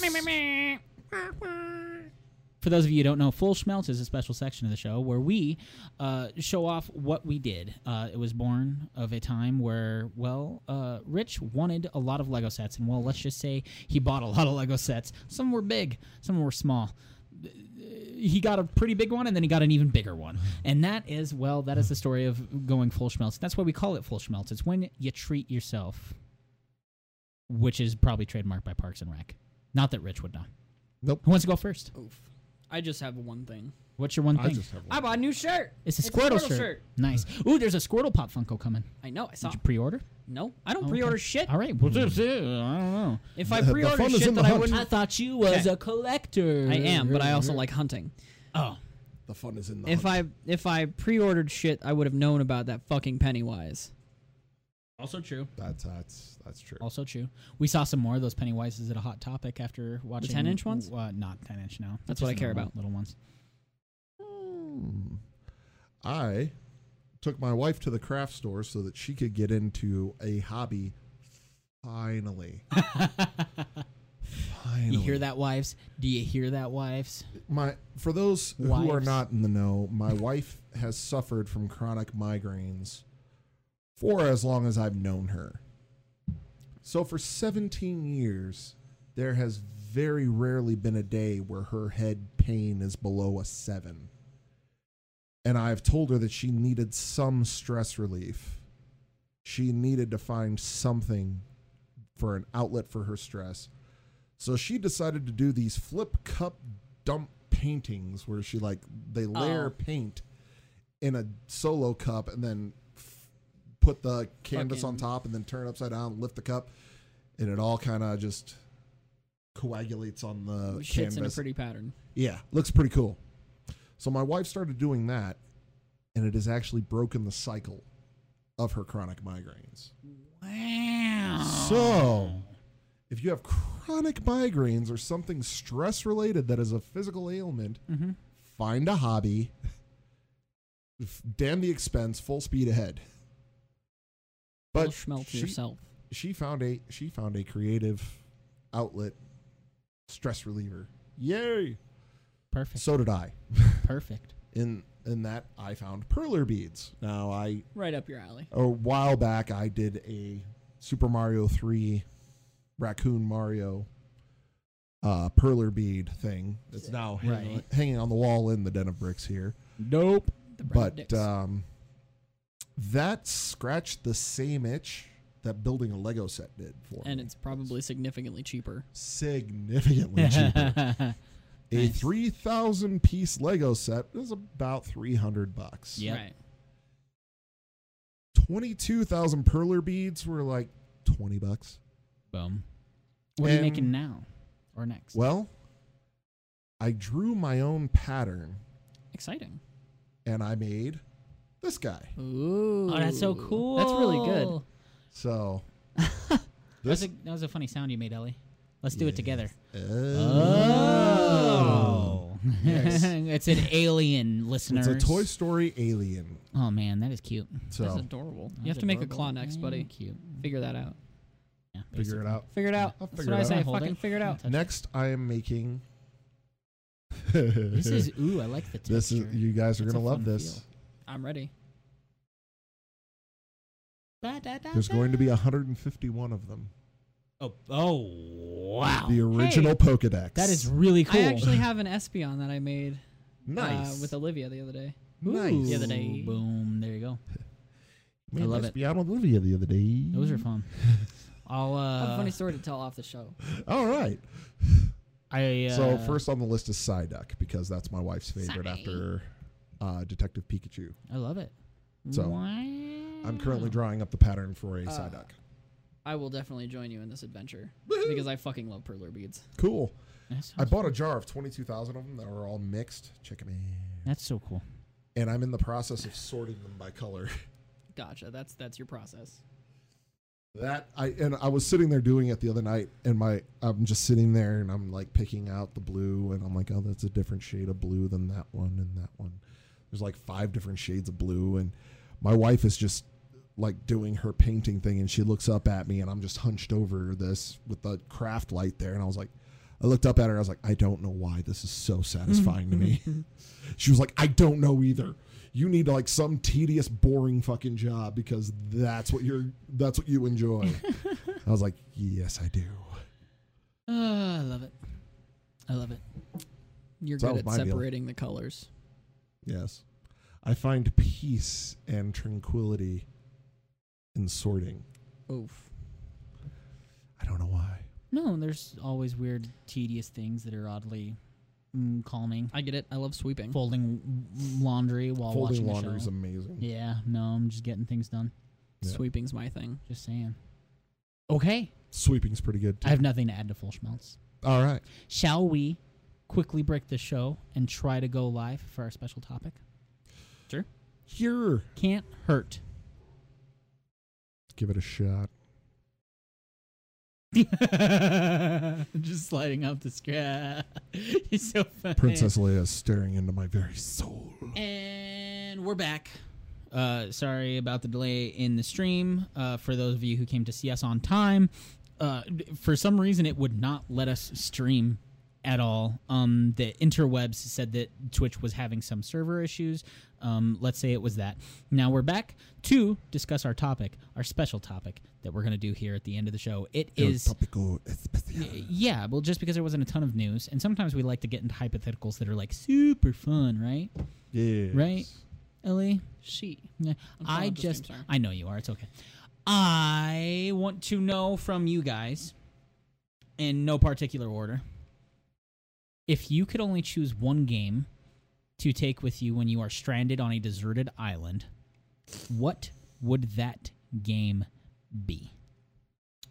Speaker 1: For those of you who don't know, Full Schmelz is a special section of the show where we uh, show off what we did. Uh, it was born of a time where, well, uh, Rich wanted a lot of Lego sets, and well, let's just say he bought a lot of Lego sets. Some were big, some were small he got a pretty big one and then he got an even bigger one. And that is, well, that is the story of going full schmelz. That's why we call it full schmelz. It's when you treat yourself, which is probably trademarked by Parks and Rec. Not that Rich would know.
Speaker 2: Nope.
Speaker 1: Who wants to go first?
Speaker 3: Oof. I just have one thing.
Speaker 1: What's your one
Speaker 2: I
Speaker 1: thing?
Speaker 2: just have one.
Speaker 3: I bought a new shirt.
Speaker 1: It's a Squirtle, shirt. Nice. Ooh, there's a Squirtle Pop Funko coming.
Speaker 3: I know. I saw.
Speaker 1: Did you pre-order?
Speaker 3: No, I don't
Speaker 1: Okay.
Speaker 3: pre-order shit.
Speaker 1: All right. Well, this is- I don't know.
Speaker 3: If I
Speaker 2: The- the
Speaker 3: pre-order
Speaker 2: fun is
Speaker 3: shit,
Speaker 2: in the
Speaker 3: then I
Speaker 2: hunt.
Speaker 3: wouldn't.
Speaker 1: I thought you was
Speaker 3: Okay.
Speaker 1: a collector.
Speaker 3: I am, but I also like hunting.
Speaker 1: Oh,
Speaker 2: The fun is in the
Speaker 3: If I if I pre-ordered shit, I would have known about that fucking Pennywise.
Speaker 1: Also true.
Speaker 2: That's that's that's true.
Speaker 1: Also true. We saw some more of those Pennywises at a Hot Topic after watching
Speaker 3: 10-inch ones?
Speaker 1: Uh, not ten inch. No,
Speaker 3: That's what
Speaker 1: Just
Speaker 3: I care
Speaker 1: normal
Speaker 3: about.
Speaker 1: Little ones.
Speaker 2: Hmm. I took my wife to the craft store so that she could get into a hobby. Finally, finally.
Speaker 1: You hear that, wives? Do you hear that, wives?
Speaker 2: My for those who are
Speaker 1: Wives.
Speaker 2: not in the know, my wife has suffered from chronic migraines for as long as I've known her. So for 17 years, there has very rarely been a day where her head pain is below a 7. And I've told her that she needed some stress relief. She needed to find something for an outlet for her stress. So she decided to do these flip cup dump paintings where she like they layer
Speaker 3: Oh.
Speaker 2: paint in a solo cup and then f- put the canvas on
Speaker 3: Fucking-
Speaker 2: top and then turn it upside down, lift the cup, and it all kind of just coagulates on the
Speaker 3: Shit's in a
Speaker 2: Oh, canvas.
Speaker 3: pretty pattern.
Speaker 2: yeah, looks pretty cool. So my wife started doing that, and it has actually broken the cycle of her chronic migraines.
Speaker 1: Wow.
Speaker 2: So, if you have chronic migraines or something stress related that is a physical ailment,
Speaker 1: Mhm.
Speaker 2: find a hobby. F- Damn the expense, full speed ahead.
Speaker 3: But
Speaker 2: But
Speaker 3: smell to
Speaker 2: she-
Speaker 3: yourself.
Speaker 2: she found a she found a creative outlet stress reliever. Yay!
Speaker 1: Perfect.
Speaker 2: So did I.
Speaker 1: Perfect.
Speaker 2: In in that I found perler beads. Now I
Speaker 3: Right up your alley.
Speaker 2: a while back I did a Super Mario 3 Raccoon Mario uh perler bead thing that's now hanging,
Speaker 1: Right.
Speaker 2: hanging on the wall in the den of bricks here.
Speaker 1: Nope.
Speaker 3: The brown
Speaker 2: But
Speaker 3: dicks.
Speaker 2: um that scratched the same itch that building a Lego set did for
Speaker 3: and
Speaker 2: me.
Speaker 3: it's probably significantly cheaper.
Speaker 2: significantly cheaper.
Speaker 1: yeah.
Speaker 2: A
Speaker 1: Nice.
Speaker 2: 3,000 piece Lego set is about 300 bucks.
Speaker 1: Yep.
Speaker 3: Right.
Speaker 2: 22,000 perler beads were like 20 bucks.
Speaker 1: Boom. What are you
Speaker 2: Um,
Speaker 1: making now or next?
Speaker 2: Well, I drew my own pattern
Speaker 3: Exciting.
Speaker 2: and I made this guy.
Speaker 3: Ooh.
Speaker 1: oh, that's so cool.
Speaker 3: That's really good.
Speaker 2: So,
Speaker 1: That was, a, that was a funny sound you made, Ellie. Let's do it together.
Speaker 2: Oh. Yes.
Speaker 1: it's an alien listener.
Speaker 2: It's a Toy Story alien.
Speaker 1: Oh man, that is cute.
Speaker 3: That's
Speaker 2: So,
Speaker 3: adorable.
Speaker 1: That's
Speaker 3: You have to make a
Speaker 1: adorable.
Speaker 3: claw next,
Speaker 1: Yeah,
Speaker 3: buddy.
Speaker 1: Cute.
Speaker 3: Figure that out.
Speaker 1: Yeah,
Speaker 2: figure it
Speaker 1: basically.
Speaker 2: out.
Speaker 3: Figure it out.
Speaker 2: I'll
Speaker 3: That's
Speaker 2: figure
Speaker 3: what I
Speaker 2: it
Speaker 3: say.
Speaker 1: out. Hold
Speaker 3: Fucking
Speaker 1: it.
Speaker 3: figure it out.
Speaker 1: Touch it.
Speaker 2: Next, I am making.
Speaker 1: This is ooh, I like the texture.
Speaker 2: This is you guys are
Speaker 1: It's
Speaker 2: gonna
Speaker 1: a
Speaker 2: love
Speaker 1: fun
Speaker 2: this.
Speaker 1: feel.
Speaker 3: I'm ready.
Speaker 2: There's going to be 151 of them.
Speaker 1: oh oh wow.
Speaker 2: The original Pokedex.
Speaker 1: Oh, That is uh, really cool.
Speaker 3: I actually have an Espeon that I made
Speaker 2: nice.
Speaker 3: uh, with Olivia the other day.
Speaker 2: nice.
Speaker 1: Ooh,
Speaker 3: the other day.
Speaker 1: Boom. There you go.
Speaker 2: Man,
Speaker 1: I love
Speaker 2: nice
Speaker 1: it.
Speaker 2: Beyond Olivia the other day.
Speaker 1: Those are fun. I'll
Speaker 3: I have a
Speaker 1: uh.
Speaker 3: funny story to tell off the show.
Speaker 2: All right.
Speaker 1: I uh,
Speaker 2: So first on the list is Psyduck because that's my wife's favorite after uh, Detective Pikachu.
Speaker 1: I love it.
Speaker 2: So,
Speaker 1: wow. Mm.
Speaker 2: I'm currently drawing up the pattern for a
Speaker 3: Uh,
Speaker 2: Psyduck.
Speaker 3: I will definitely join you in this adventure because I fucking love perler beads.
Speaker 2: Cool.
Speaker 1: That
Speaker 2: I
Speaker 1: sounds-
Speaker 2: bought a jar of 22,000 of them that are all mixed. Check 'em out.
Speaker 1: That's so cool.
Speaker 2: And I'm in the process of sorting them by color.
Speaker 3: Gotcha. That's that's your process.
Speaker 2: That I and I was sitting there doing it the other night, and my I'm just sitting there and I'm like picking out the blue, and I'm like, oh, that's a different shade of blue than that one and that one. There's like five different shades of blue, and my wife is just like doing her painting thing, and she looks up at me, and I'm just hunched over this with the craft light there, and I was like, I looked up at her, I was like, I don't know why this is so satisfying to me. She was like, I don't know either. You need like some tedious, boring fucking job because that's what you're that's what you enjoy. I was like, Yes, I do.
Speaker 1: Uh, I love it. I love it.
Speaker 3: You're
Speaker 2: So that
Speaker 3: good
Speaker 2: was
Speaker 3: at
Speaker 2: my deal.
Speaker 3: separating the colors.
Speaker 2: Yes. I find peace and tranquility in sorting.
Speaker 3: Oof.
Speaker 2: I don't know why.
Speaker 1: No, there's always weird, tedious things that are oddly mm, calming.
Speaker 3: I get it. I love
Speaker 1: Hmm.
Speaker 3: sweeping.
Speaker 1: Folding w- laundry while
Speaker 2: Folding
Speaker 1: watching
Speaker 2: laundry
Speaker 1: the
Speaker 2: is
Speaker 1: show.
Speaker 2: amazing.
Speaker 1: yeah, no, I'm just getting things done.
Speaker 2: Yeah.
Speaker 3: Sweeping's my thing.
Speaker 1: Just saying. Okay,
Speaker 2: Sweeping's pretty good too.
Speaker 1: I have nothing to add to Full Schmelz.
Speaker 2: All right.
Speaker 1: Shall we quickly break the show and try to go live for our special topic?
Speaker 2: Here.
Speaker 1: Can't hurt.
Speaker 2: Give it a shot.
Speaker 1: Just sliding off the scrap. He's so funny.
Speaker 2: Princess Leia is staring into my very soul.
Speaker 1: And we're back. Uh, sorry about the delay in the stream. Uh, for those of you who came to see us on time, uh, d- for some reason it would not let us stream at all. Um, the interwebs said that Twitch was having some server issues. Um, let's say it was that. Now we're back to discuss our topic, our special topic that we're going to do here at the end of the show. It
Speaker 2: El
Speaker 1: is
Speaker 2: tópico especial.
Speaker 1: yeah, well, just because there wasn't a ton of news, and sometimes we like to get into hypotheticals that are like super fun, right?
Speaker 2: Yes.
Speaker 1: Right? Ellie,
Speaker 3: She.
Speaker 1: Yeah.
Speaker 3: calling
Speaker 1: I
Speaker 3: it the same,
Speaker 1: just,
Speaker 3: sorry.
Speaker 1: I know you are. It's okay. I want to know from you guys, in no particular order, if you could only choose one game to take with you when you are stranded on a deserted island, what would that game be?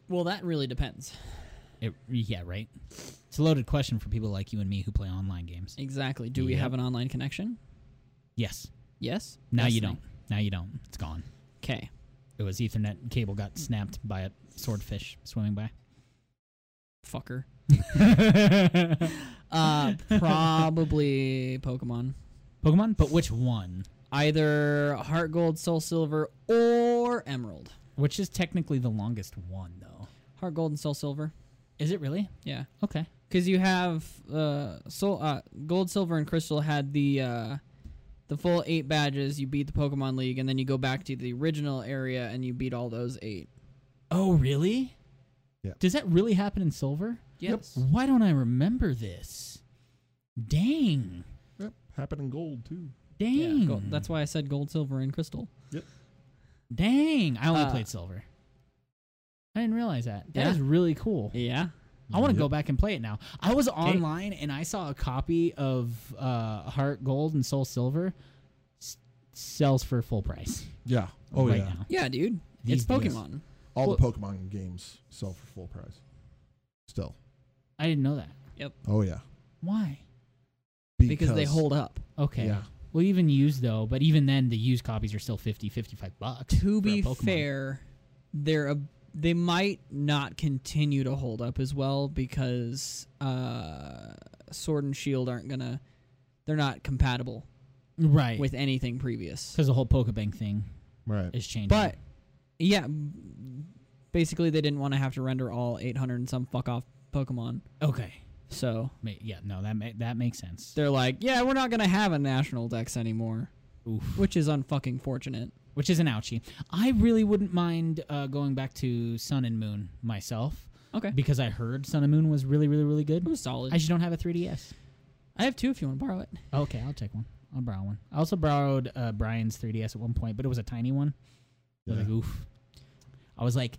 Speaker 3: Well, that really depends.
Speaker 1: It, yeah, right. It's a loaded question for people like you and me who play online games.
Speaker 3: Exactly. Do we
Speaker 1: Yep.
Speaker 3: have an online connection?
Speaker 1: Yes.
Speaker 3: Yes.
Speaker 1: Now you don't. Now you don't. It's gone.
Speaker 3: Okay.
Speaker 1: It was Ethernet cable got snapped by a swordfish swimming by.
Speaker 3: Fucker.
Speaker 1: Pokemon,
Speaker 3: Uh, probably Pokemon.
Speaker 1: but which one?
Speaker 3: Either Heart Gold, Soul Silver, or Emerald.
Speaker 1: Which is technically the longest one, though.
Speaker 3: Heart Gold and Soul Silver.
Speaker 1: Is it really?
Speaker 3: Yeah.
Speaker 1: Okay.
Speaker 3: Because you have uh, soul, uh, gold, silver, and crystal had the uh, the full eight badges. You beat the Pokemon League, and then you go back to the original area and you beat all those eight.
Speaker 1: Oh, really?
Speaker 2: Yeah.
Speaker 1: Does that really happen in silver?
Speaker 3: Yes.
Speaker 1: Why don't I remember this? Dang.
Speaker 2: Yep. Happened in gold too.
Speaker 1: Dang.
Speaker 3: Yeah, gold. That's why I said gold, silver, and crystal.
Speaker 1: Dang. I only
Speaker 3: Uh,
Speaker 1: played silver. I didn't realize that. That is
Speaker 3: Yeah.
Speaker 1: really cool.
Speaker 3: Yeah.
Speaker 1: I want to
Speaker 2: Yep.
Speaker 1: go back and play it now. I was online and I saw a copy of uh, Heart Gold and Soul Silver s- sells for full price
Speaker 2: Yeah. Oh
Speaker 1: right
Speaker 2: yeah.
Speaker 1: now.
Speaker 3: Yeah, dude.
Speaker 1: These
Speaker 3: it's
Speaker 1: days.
Speaker 3: Pokemon.
Speaker 2: All the Pokemon games sell for full price. Still.
Speaker 1: I didn't know that.
Speaker 2: Oh yeah.
Speaker 1: Why?
Speaker 3: Because they hold up.
Speaker 1: Okay.
Speaker 2: Yeah.
Speaker 1: Well, even used though, but even then, the used copies are still 50, 55 bucks. for
Speaker 3: To
Speaker 1: a
Speaker 3: be
Speaker 1: Pokemon.
Speaker 3: fair, they're a, they might not continue to hold up as well because uh, Sword and Shield aren't gonna. They're not compatible
Speaker 1: right?
Speaker 3: with anything previous.
Speaker 1: Because the whole Pokebank thing
Speaker 2: Right.
Speaker 1: is changing.
Speaker 3: But yeah, m- basically they didn't want to have to render all 800 and some fuck off Pokemon.
Speaker 1: okay,
Speaker 3: So
Speaker 1: Ma- yeah, no, that ma- that makes sense.
Speaker 3: they're like, yeah, we're not gonna have a national dex anymore,
Speaker 1: Oof.
Speaker 3: which is unfucking fortunate.
Speaker 1: Which is an ouchie. I really wouldn't mind uh, going back to Sun and Moon myself
Speaker 3: Okay,
Speaker 1: because I heard Sun and Moon was really, really, really
Speaker 3: it
Speaker 1: good.
Speaker 3: was solid.
Speaker 1: I just don't have a 3DS.
Speaker 3: I have two if you want to borrow it.
Speaker 1: Okay, I'll take one. I'll borrow one. I also borrowed uh, Brian's 3DS at one point, but it was a tiny one. I was
Speaker 2: Yeah.
Speaker 1: like, oof. I was like,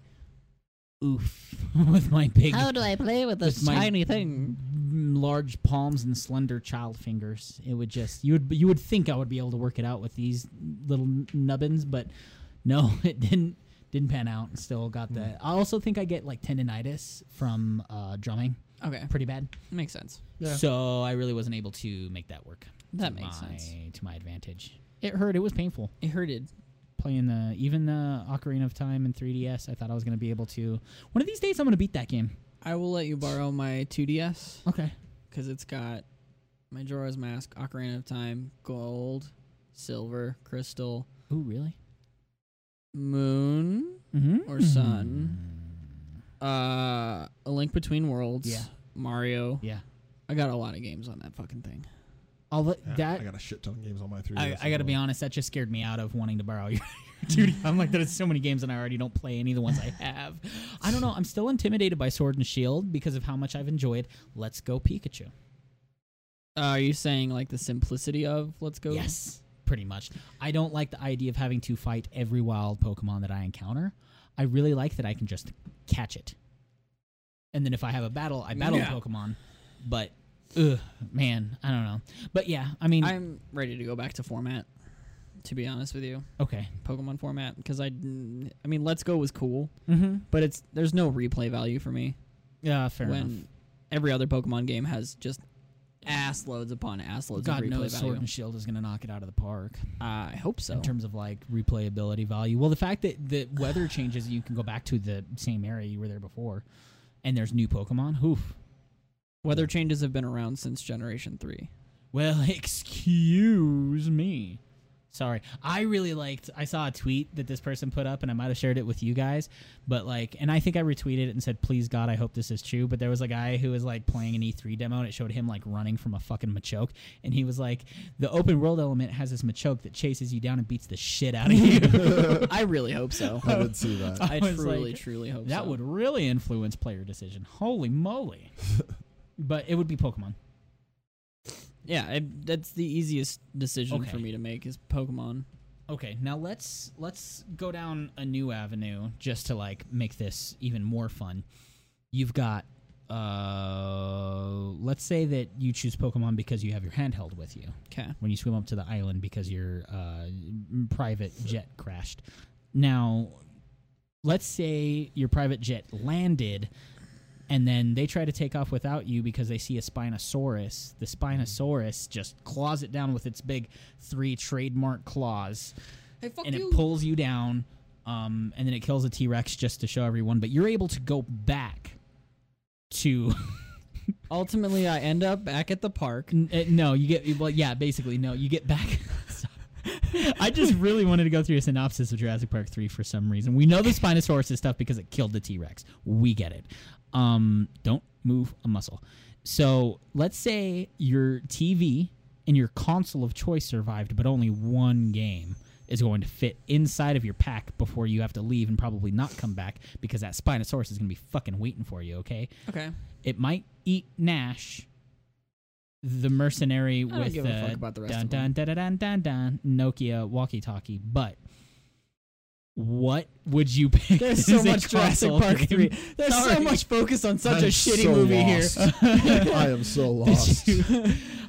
Speaker 1: oof, with my big,
Speaker 3: do I play with
Speaker 1: this tiny
Speaker 3: thing?
Speaker 1: large palms and slender child fingers. It would just you would you would think I would be able to work it out with these little nubbins, but no, it didn't didn't pan out. and Still got the.
Speaker 2: Hmm.
Speaker 1: I also think I get like tendonitis from uh, drumming
Speaker 3: Okay,
Speaker 1: pretty bad.
Speaker 3: makes sense.
Speaker 2: Yeah.
Speaker 1: So I really wasn't able to make that work.
Speaker 3: That
Speaker 1: to
Speaker 3: makes
Speaker 1: my-
Speaker 3: sense.
Speaker 1: to my advantage. It hurt. It was painful
Speaker 3: It hurted.
Speaker 1: playing the even the Ocarina of Time and 3DS. I thought I was gonna be able to. One of these days, I'm gonna beat that game.
Speaker 3: I will let you borrow my 2DS
Speaker 1: Okay.
Speaker 3: because it's got Majora's Mask, Ocarina of Time, Gold, Silver, Crystal,
Speaker 1: Ooh, really?
Speaker 3: Moon,
Speaker 1: Mm-hmm.
Speaker 3: or Sun.
Speaker 1: Hmm.
Speaker 3: uh, A Link Between Worlds,
Speaker 1: Yeah.
Speaker 3: Mario.
Speaker 1: Yeah.
Speaker 3: I got a lot of games on that fucking thing.
Speaker 1: I'll let
Speaker 2: Yeah,
Speaker 1: that.
Speaker 2: I got a shit ton of games on my three.
Speaker 1: I, I gotta be honest, that just scared me out of wanting to borrow your duty. I'm like, there's so many games and I already don't play any of the ones I have. I don't know. I'm still intimidated by Sword and Shield because of how much I've enjoyed Let's Go Pikachu.
Speaker 3: Uh, are you saying like the simplicity of Let's Go?
Speaker 1: Yes, pretty much. I don't like the idea of having to fight every wild Pokemon that I encounter. I really like that I can just catch it. And then if I have a battle, I battle
Speaker 3: Yeah.
Speaker 1: the Pokemon. But, ugh, man, I don't know. But yeah, I mean,
Speaker 3: I'm ready to go back to format. To be honest with you,
Speaker 1: okay.
Speaker 3: Pokemon format because I, didn't- I mean, Let's Go was cool,
Speaker 1: Mm-hmm.
Speaker 3: but it's there's no replay value for me
Speaker 1: Yeah, fair
Speaker 3: when
Speaker 1: enough.
Speaker 3: every other Pokemon game has just ass loads upon ass loads
Speaker 1: God
Speaker 3: of replay
Speaker 1: knows
Speaker 3: value.
Speaker 1: Sword and Shield is going to knock it out of the park
Speaker 3: I hope so.
Speaker 1: in terms of like replayability value. Well, the fact that the weather changes, and you can go back to the same area you were there before, and there's new Pokemon. Oof.
Speaker 3: Weather changes have been around since Generation Three.
Speaker 1: Well, excuse me. Sorry. I really liked I saw a tweet that this person put up and I might have shared it with you guys, but like and I think I retweeted it and said, "Please God, I hope this is true." But there was a guy who was like playing an E3 demo and it showed him like running from a fucking Machoke and he was like, "The open world element has this Machoke that chases you down and beats the shit out of you."
Speaker 3: I really hope so.
Speaker 2: I did see that.
Speaker 3: I,
Speaker 1: I was
Speaker 3: truly,
Speaker 1: like,
Speaker 3: truly hope
Speaker 1: that
Speaker 3: so.
Speaker 1: would really influence player decision. Holy moly. but it would be Pokemon.
Speaker 3: Yeah, I, that's the easiest decision
Speaker 1: Okay.
Speaker 3: for me to make is Pokemon.
Speaker 1: Okay, now let's let's go down a new avenue just to like make this even more fun. You've got uh let's say that you choose Pokemon because you have your handheld with you
Speaker 3: Okay.
Speaker 1: when you swim up to the island because your uh, private jet crashed. Now, let's say your private jet landed, and then they try to take off without you because they see a Spinosaurus. The Spinosaurus just claws it down with its big three trademark claws,
Speaker 3: Hey, fuck
Speaker 1: and it pulls you down. Um, and then it kills a T Rex just to show everyone. But you're able to go back to
Speaker 3: Ultimately, I end up back at the park.
Speaker 1: N- uh, no, you get well. Yeah, basically, no. You get back. I just really wanted to go through a synopsis of Jurassic Park three for some reason. We know the Spinosaurus is tough because it killed the T Rex. We get it. Um, don't move a muscle. So let's say your TV and your console of choice survived, but only one game is going to fit inside of your pack before you have to leave and probably not come back because that Spinosaurus is going to be fucking waiting for you. Okay
Speaker 3: Okay.
Speaker 1: it might eat Nash, the mercenary
Speaker 3: don't
Speaker 1: with
Speaker 3: give
Speaker 1: the
Speaker 3: a fuck about the rest
Speaker 1: dun,
Speaker 3: of
Speaker 1: dun,
Speaker 3: them.
Speaker 1: dun, dun, dun, dun, Nokia walkie-talkie. But what would you pick?
Speaker 3: There's
Speaker 1: as
Speaker 3: so
Speaker 1: a
Speaker 3: much Jurassic
Speaker 1: console
Speaker 3: Park
Speaker 1: game?
Speaker 3: three. There's so
Speaker 1: Sorry.
Speaker 3: much focus on such a
Speaker 2: I'm
Speaker 3: shitty
Speaker 2: so
Speaker 3: movie
Speaker 2: lost.
Speaker 3: here.
Speaker 2: I am so lost.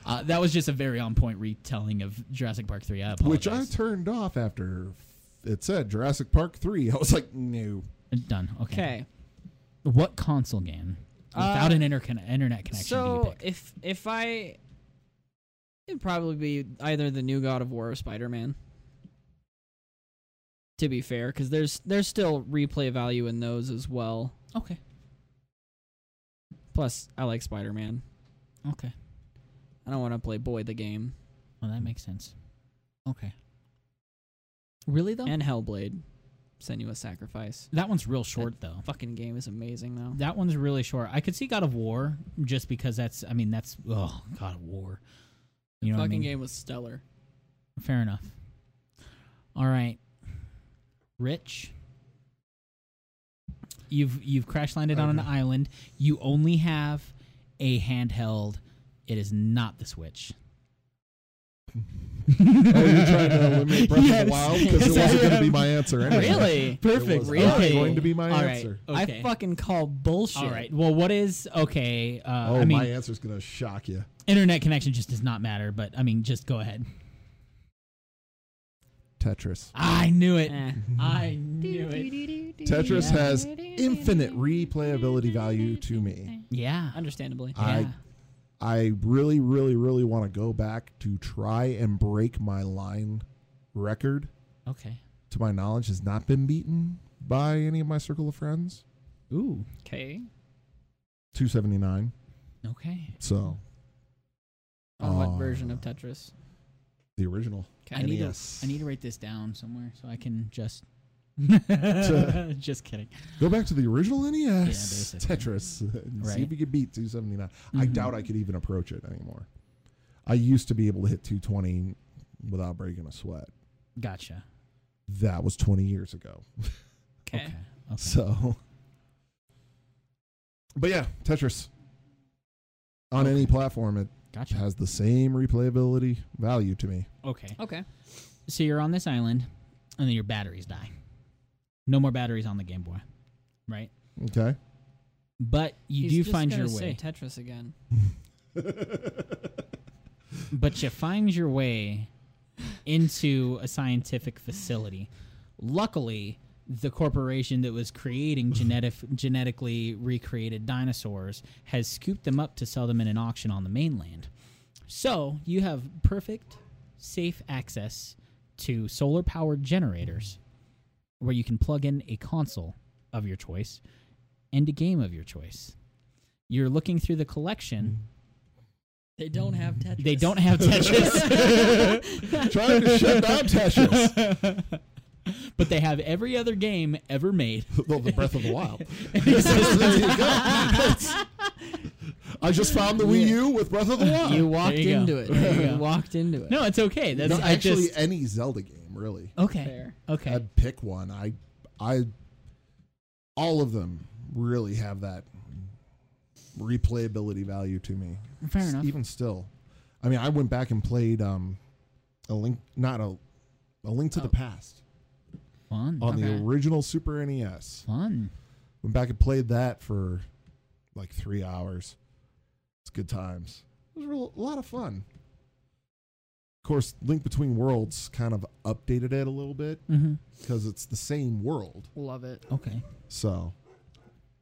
Speaker 1: Uh, that was just a very on-point retelling of Jurassic Park three. I apologize.
Speaker 2: Which I turned off after it said Jurassic Park 3. I was like, no.
Speaker 1: done. Okay.
Speaker 3: Okay.
Speaker 1: What console game without
Speaker 3: Uh,
Speaker 1: an intercon- internet connection do you
Speaker 3: So
Speaker 1: pick?
Speaker 3: if if I, it'd probably be either the new God of War or Spider Man. To be fair, because there's there's still replay value in those as well.
Speaker 1: Okay.
Speaker 3: Plus, I like Spider Man.
Speaker 1: Okay.
Speaker 3: I don't want to play Boy the game
Speaker 1: Well, that makes sense. Okay. Really though?
Speaker 3: and Hellblade. Senua's Sacrifice.
Speaker 1: That one's real short though.
Speaker 3: Fucking game is amazing though.
Speaker 1: That one's really short. I could see God of War just because that's I mean that's oh God of War. You know what I
Speaker 3: Fucking
Speaker 1: mean?
Speaker 3: game was stellar.
Speaker 1: Fair enough. All right. Rich. You've you've crash landed on an island. You only have a handheld. It is not the Switch.
Speaker 2: Oh, you're trying to eliminate Breath of
Speaker 1: Yes.
Speaker 2: the Wild? Because
Speaker 1: Yes,
Speaker 2: it
Speaker 1: I
Speaker 2: wasn't going
Speaker 1: am.
Speaker 2: to be my answer anyway.
Speaker 3: Really?
Speaker 2: It
Speaker 1: Perfect.
Speaker 2: was
Speaker 3: Really?
Speaker 2: not going to be my
Speaker 3: All right.
Speaker 2: answer.
Speaker 1: Okay.
Speaker 3: I fucking call bullshit.
Speaker 1: All right. Well, what is okay? Uh,
Speaker 2: oh,
Speaker 1: I mean,
Speaker 2: my answer's going to shock you.
Speaker 1: internet connection just does not matter. But I mean, just go ahead.
Speaker 2: Tetris.
Speaker 1: I knew it.
Speaker 3: Eh.
Speaker 1: I knew it.
Speaker 2: Tetris has infinite replayability value to me.
Speaker 1: Yeah.
Speaker 3: Understandably. Eh.
Speaker 2: I-
Speaker 1: yeah.
Speaker 2: I really, really, really want to go back to try and break my line record.
Speaker 1: Okay.
Speaker 2: To my knowledge, has not been beaten by any of my circle of friends.
Speaker 1: Ooh.
Speaker 3: Okay.
Speaker 2: 279.
Speaker 1: Okay.
Speaker 2: So
Speaker 3: On what
Speaker 2: Uh,
Speaker 3: version of Tetris?
Speaker 2: the original. E
Speaker 1: I need to
Speaker 2: NES.
Speaker 1: I need to write this down somewhere so I can just just kidding.
Speaker 2: Go back to the original NES
Speaker 1: basically.
Speaker 2: Tetris and see
Speaker 1: Right.
Speaker 2: if you could beat 279. I
Speaker 1: Mhm.
Speaker 2: doubt I could even approach it anymore. I used to be able to hit 220 without breaking a sweat.
Speaker 1: Gotcha.
Speaker 2: That was 20 years ago.
Speaker 1: Okay.
Speaker 3: Okay.
Speaker 1: Okay.
Speaker 2: So, but yeah, Tetris on any platform, it
Speaker 1: Gotcha.
Speaker 2: has the same replayability value to me.
Speaker 1: Okay.
Speaker 3: Okay.
Speaker 1: So you're on this island and then your batteries die. No more batteries on the Game Boy. Right?
Speaker 2: Okay.
Speaker 1: But you
Speaker 3: He's
Speaker 1: do
Speaker 3: just
Speaker 1: find
Speaker 3: gonna
Speaker 1: your
Speaker 3: say
Speaker 1: way.
Speaker 3: Tetris again.
Speaker 1: but you find your way into a scientific facility. Luckily, the corporation that was creating genetic genetically recreated dinosaurs has scooped them up to sell them in an auction on the mainland. So you have perfect, safe access to solar powered generators where you can plug in a console of your choice and a game of your choice. You're looking through the collection.
Speaker 3: They don't have Tetris.
Speaker 1: They don't have Tetris,
Speaker 4: Trying to shut down Tetris.
Speaker 1: but they have every other game ever made.
Speaker 4: well, the Breath of the Wild.
Speaker 1: you
Speaker 4: I just found the Wii U with Breath of the Wild.
Speaker 3: You walked
Speaker 1: There you go.
Speaker 3: into it.
Speaker 1: There you
Speaker 3: You,
Speaker 1: go.
Speaker 3: walked into it.
Speaker 1: No, it's okay. That's
Speaker 4: No,
Speaker 1: I
Speaker 4: actually,
Speaker 1: just
Speaker 4: any Zelda game, really.
Speaker 1: okay.
Speaker 3: Fair.
Speaker 1: Okay.
Speaker 4: I'd pick one. I, I, all of them really have that replayability value to me.
Speaker 1: Fair
Speaker 4: S-
Speaker 1: enough.
Speaker 4: Even still, I mean, I went back and played um, a link, not a, a link to the
Speaker 3: Oh.
Speaker 4: past
Speaker 1: Fun.
Speaker 4: on
Speaker 3: Okay.
Speaker 4: the original Super NES.
Speaker 1: Fun.
Speaker 4: Went back and played that for like three hours. It's good times. It was real- a lot of fun. Of course, Link Between Worlds kind of updated it a little bit
Speaker 1: Mm-hmm.
Speaker 4: because it's the same world.
Speaker 3: Love it.
Speaker 1: Okay.
Speaker 4: So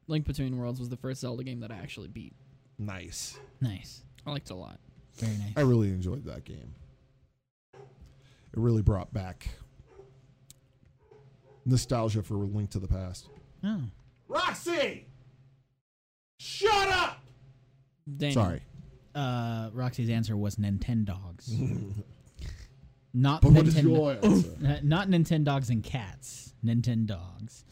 Speaker 3: Link Between Worlds was the first Zelda game that I actually beat.
Speaker 4: nice.
Speaker 1: Nice.
Speaker 3: I liked it a lot.
Speaker 1: Very nice.
Speaker 4: I really enjoyed that game. It really brought back nostalgia for Link to the Past.
Speaker 1: Oh.
Speaker 2: Roxy! Shut up!
Speaker 3: Daniel,
Speaker 4: Sorry,
Speaker 1: Uh, Roxy's answer was Nintendogs. not
Speaker 4: but what is
Speaker 1: Nintendo.
Speaker 4: your answer?
Speaker 1: uh, not Nintendogs and cats. Nintendogs,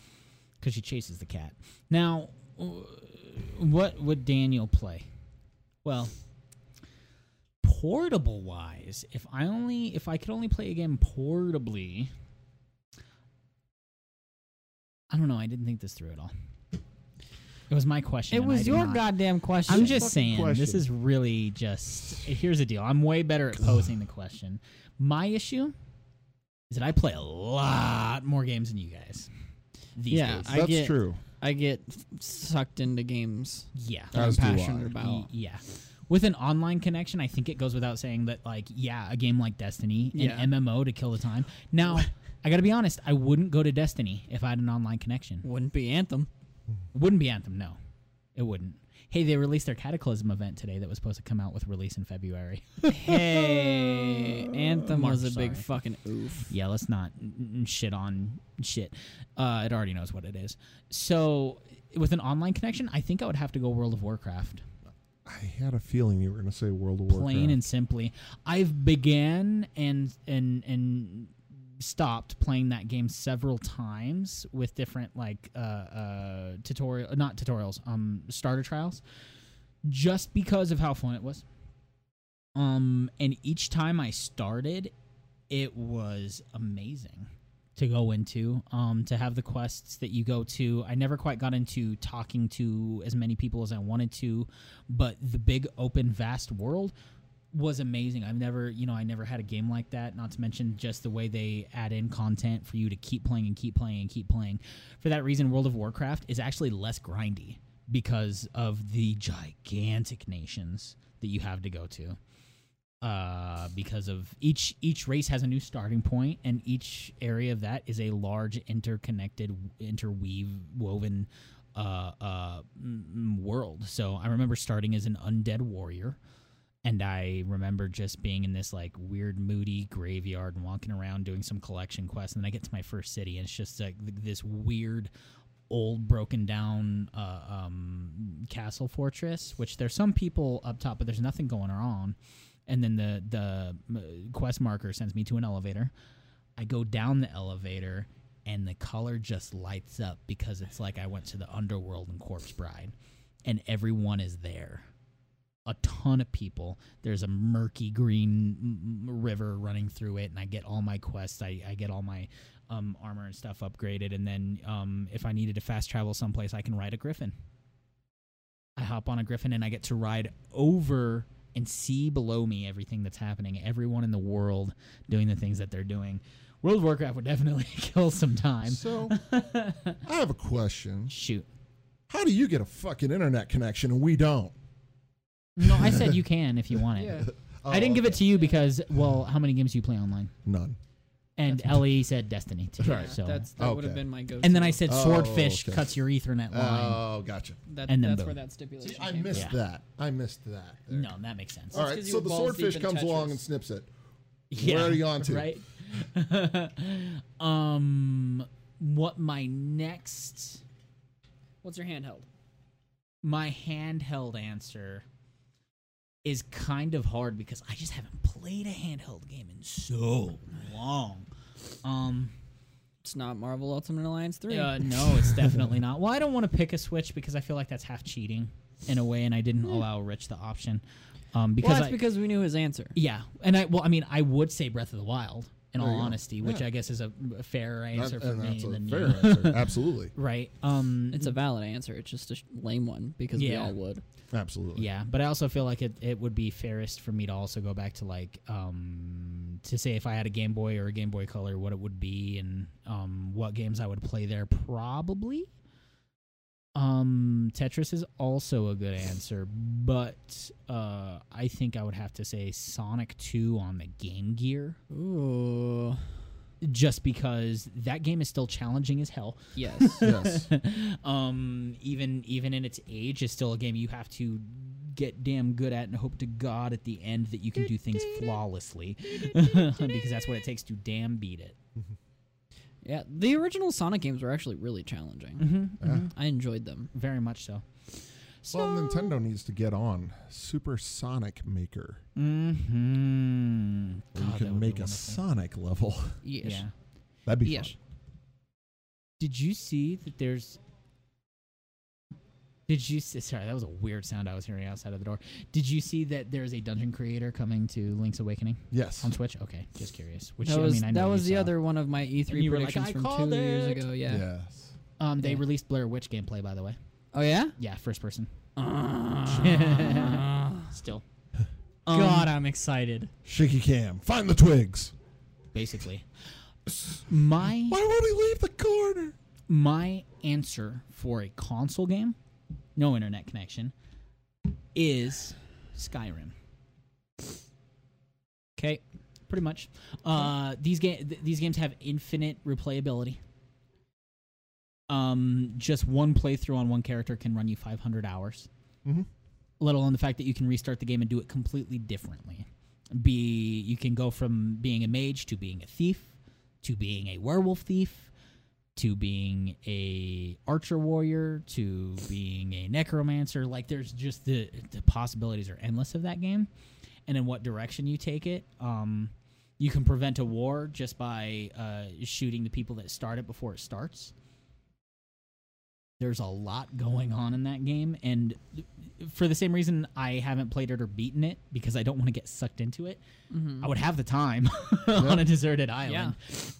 Speaker 1: because she chases the cat. Now, uh, what would Daniel play? Well, portable wise, if I only if I could only play a game portably, I don't know. I didn't think this through at all. It was my question.
Speaker 3: It
Speaker 1: and I
Speaker 3: was
Speaker 1: did
Speaker 3: your
Speaker 1: not-
Speaker 3: goddamn question.
Speaker 1: I'm just
Speaker 4: Fucking
Speaker 1: saying, this
Speaker 4: question.
Speaker 1: is really just. Here's the deal. I'm way better at posing the question. My issue is that I play a lot more games than you guys these
Speaker 3: Yeah,
Speaker 1: days.
Speaker 3: I
Speaker 4: That's
Speaker 3: get-
Speaker 4: true.
Speaker 3: I get sucked into games
Speaker 1: yeah.
Speaker 3: that I'm
Speaker 4: As do
Speaker 3: passionate
Speaker 4: I.
Speaker 1: Y-
Speaker 3: about.
Speaker 1: Yeah. With an online connection, I think it goes without saying that, like, yeah, a game like Destiny,
Speaker 3: Yeah.
Speaker 1: an MMO to kill the time. Now, I got to be honest, I wouldn't go to Destiny if I had an online connection.
Speaker 3: Wouldn't be Anthem.
Speaker 1: It wouldn't be Anthem, no. It wouldn't. Hey, they released their Cataclysm event today that was supposed to come out with release in February.
Speaker 3: Hey, Anthem
Speaker 1: March,
Speaker 3: was a big
Speaker 1: sorry.
Speaker 3: fucking oof.
Speaker 1: yeah, let's not n- n- shit on shit. Uh, it already knows what it is. So, with an online connection, I think I would have to go World of Warcraft.
Speaker 4: I had a feeling you were going to say World of Warcraft.
Speaker 1: Plain and simply, I've began and and and stopped playing that game several times with different like uh, uh, tutorial, not tutorials, um, starter trials, just because of how fun it was. Um, and each time I started, it was amazing to go into um to have the quests that you go to i never quite got into talking to as many people as i wanted to but the big open vast world was amazing i've never you know i never had a game like that not to mention just the way they add in content for you to keep playing and keep playing and keep playing for that reason world of warcraft is actually less grindy because of the gigantic nations that you have to go to uh, because of each each race has a new starting point, and each area of that is a large interconnected, interweave, woven uh, uh, m- m- world. So I remember starting as an undead warrior, and I remember just being in this like weird, moody graveyard and walking around doing some collection quests, and then I get to my first city, and it's just like th- this weird. Old broken down uh, um, castle fortress, which there's some people up top, but there's nothing going on and then the the m- quest marker sends me to an elevator. I go down the elevator and the color just lights up because it's like I went to the underworld in Corpse Bride and everyone is there. A ton of people. There's a murky green m- m- river running through it, and I get all my quests. I, I get all my um, armor and stuff upgraded, and then um, if I needed to fast travel someplace, I can ride a griffin. I hop on a griffin and I get to ride over and see below me everything that's happening, everyone in the world doing the things that they're doing. World of Warcraft would definitely kill some time.
Speaker 4: So, I have a question.
Speaker 1: Shoot.
Speaker 4: How do you get a fucking internet connection and we don't?
Speaker 1: No, I said you can if you want it.
Speaker 3: Yeah.
Speaker 2: Oh,
Speaker 1: I didn't give it to you because, well, how many games do you play online?
Speaker 4: None.
Speaker 1: and Ellie said Destiny too.
Speaker 3: Yeah,
Speaker 1: So
Speaker 3: that's that would have
Speaker 2: Okay.
Speaker 3: been my go.
Speaker 1: and then I said swordfish
Speaker 2: Oh, okay.
Speaker 1: cuts your Ethernet line.
Speaker 2: Oh, gotcha.
Speaker 3: that,
Speaker 1: and then
Speaker 3: that's
Speaker 1: boom.
Speaker 3: where that
Speaker 2: See,
Speaker 3: stipulation.
Speaker 2: I
Speaker 3: came
Speaker 2: missed
Speaker 1: Yeah.
Speaker 2: that. I missed that. there.
Speaker 1: no, that makes sense.
Speaker 2: All
Speaker 3: That's
Speaker 2: right,
Speaker 3: 'cause you
Speaker 2: so
Speaker 3: were
Speaker 2: the
Speaker 3: balls
Speaker 2: swordfish
Speaker 3: deep in
Speaker 2: comes along
Speaker 3: Tetris.
Speaker 2: and snips it.
Speaker 1: Yeah,
Speaker 2: Where are you on to?
Speaker 1: Right. um, what my next
Speaker 3: from. What's your handheld?
Speaker 1: my handheld answer is kind of hard because I just haven't played a handheld game in so long. Um,
Speaker 3: It's not Marvel Ultimate Alliance three.
Speaker 1: uh, no, it's definitely not. Well, I don't want to pick a Switch because I feel like that's half cheating in a way, and I didn't allow Rich the option. Um, because
Speaker 3: Hmm. well, that's
Speaker 1: I,
Speaker 3: because we knew his answer.
Speaker 1: Yeah, and I well, I mean, I would say Breath of the Wild in all
Speaker 2: you go.
Speaker 1: honesty, which I guess is a a fairer
Speaker 2: That-
Speaker 1: answer for
Speaker 2: and
Speaker 1: me
Speaker 2: that's a
Speaker 1: than
Speaker 2: fair
Speaker 1: you.
Speaker 2: answer. Absolutely.
Speaker 1: right? Um,
Speaker 3: It's a valid answer. It's just a sh- lame one because we
Speaker 1: Yeah.
Speaker 3: all would.
Speaker 2: Absolutely.
Speaker 1: yeah, but I also feel like it, it would be fairest for me to also go back to like um to say if I had a Game Boy or a Game Boy Color, what it would be and um what games I would play there probably. Um, Tetris is also a good answer, but uh, I think I would have to say Sonic Two on the Game Gear.
Speaker 3: Ooh.
Speaker 1: just because that game is still challenging as hell.
Speaker 3: Yes.
Speaker 2: Yes.
Speaker 1: um, even even in its age, is still a game you have to get damn good at and hope to God at the end that you can do things flawlessly, because that's what it takes to damn beat it.
Speaker 3: yeah. The original Sonic games were actually really challenging.
Speaker 1: Mm-hmm.
Speaker 3: I enjoyed them.
Speaker 1: Very much so.
Speaker 2: Well, Nintendo needs to get on Super Sonic Maker.
Speaker 1: Mm-hmm.
Speaker 2: where you can make a Sonic level.
Speaker 3: Yes.
Speaker 1: Yeah.
Speaker 2: That'd be
Speaker 3: Yes.
Speaker 2: fun.
Speaker 1: Did you see that there's. Did you see? Sorry, that was a weird sound I was hearing outside of the door. Did you see that there's a dungeon creator coming to Link's Awakening?
Speaker 2: Yes.
Speaker 1: On Twitch? Okay, just curious. Which
Speaker 3: That
Speaker 1: I
Speaker 3: was,
Speaker 1: mean, I know
Speaker 3: that
Speaker 1: you
Speaker 3: was the
Speaker 1: saw.
Speaker 3: other one of my
Speaker 1: And
Speaker 3: E3
Speaker 1: you were like,
Speaker 3: predictions
Speaker 1: "I
Speaker 3: from
Speaker 1: called
Speaker 3: two years
Speaker 1: it."
Speaker 3: ago. Yeah.
Speaker 2: Yes.
Speaker 1: Um, they
Speaker 3: Yeah.
Speaker 1: released Blair Witch gameplay, by the way.
Speaker 3: Oh yeah.
Speaker 1: Yeah, first person. Still,
Speaker 3: God, I'm excited.
Speaker 2: Shaky cam. Find the twigs.
Speaker 1: basically, my
Speaker 2: Why won't he leave the corner?
Speaker 1: my answer for a console game, no internet connection, is Skyrim. Okay, pretty much. Uh, these ga- th- these games have infinite replayability. Um, just one playthrough on one character can run you 500 hours.
Speaker 2: Mhm.
Speaker 1: Let alone the fact that you can restart the game and do it completely differently. Be you can go from being a mage to being a thief to being a werewolf thief to being a archer warrior to being a necromancer like there's just the the possibilities are endless of that game and in what direction you take it um you can prevent a war just by uh, shooting the people that start it before it starts there's a lot going on in that game and for the same reason i haven't played it or beaten it because i don't want to get sucked into it
Speaker 3: mm-hmm.
Speaker 1: i would have the time on a deserted island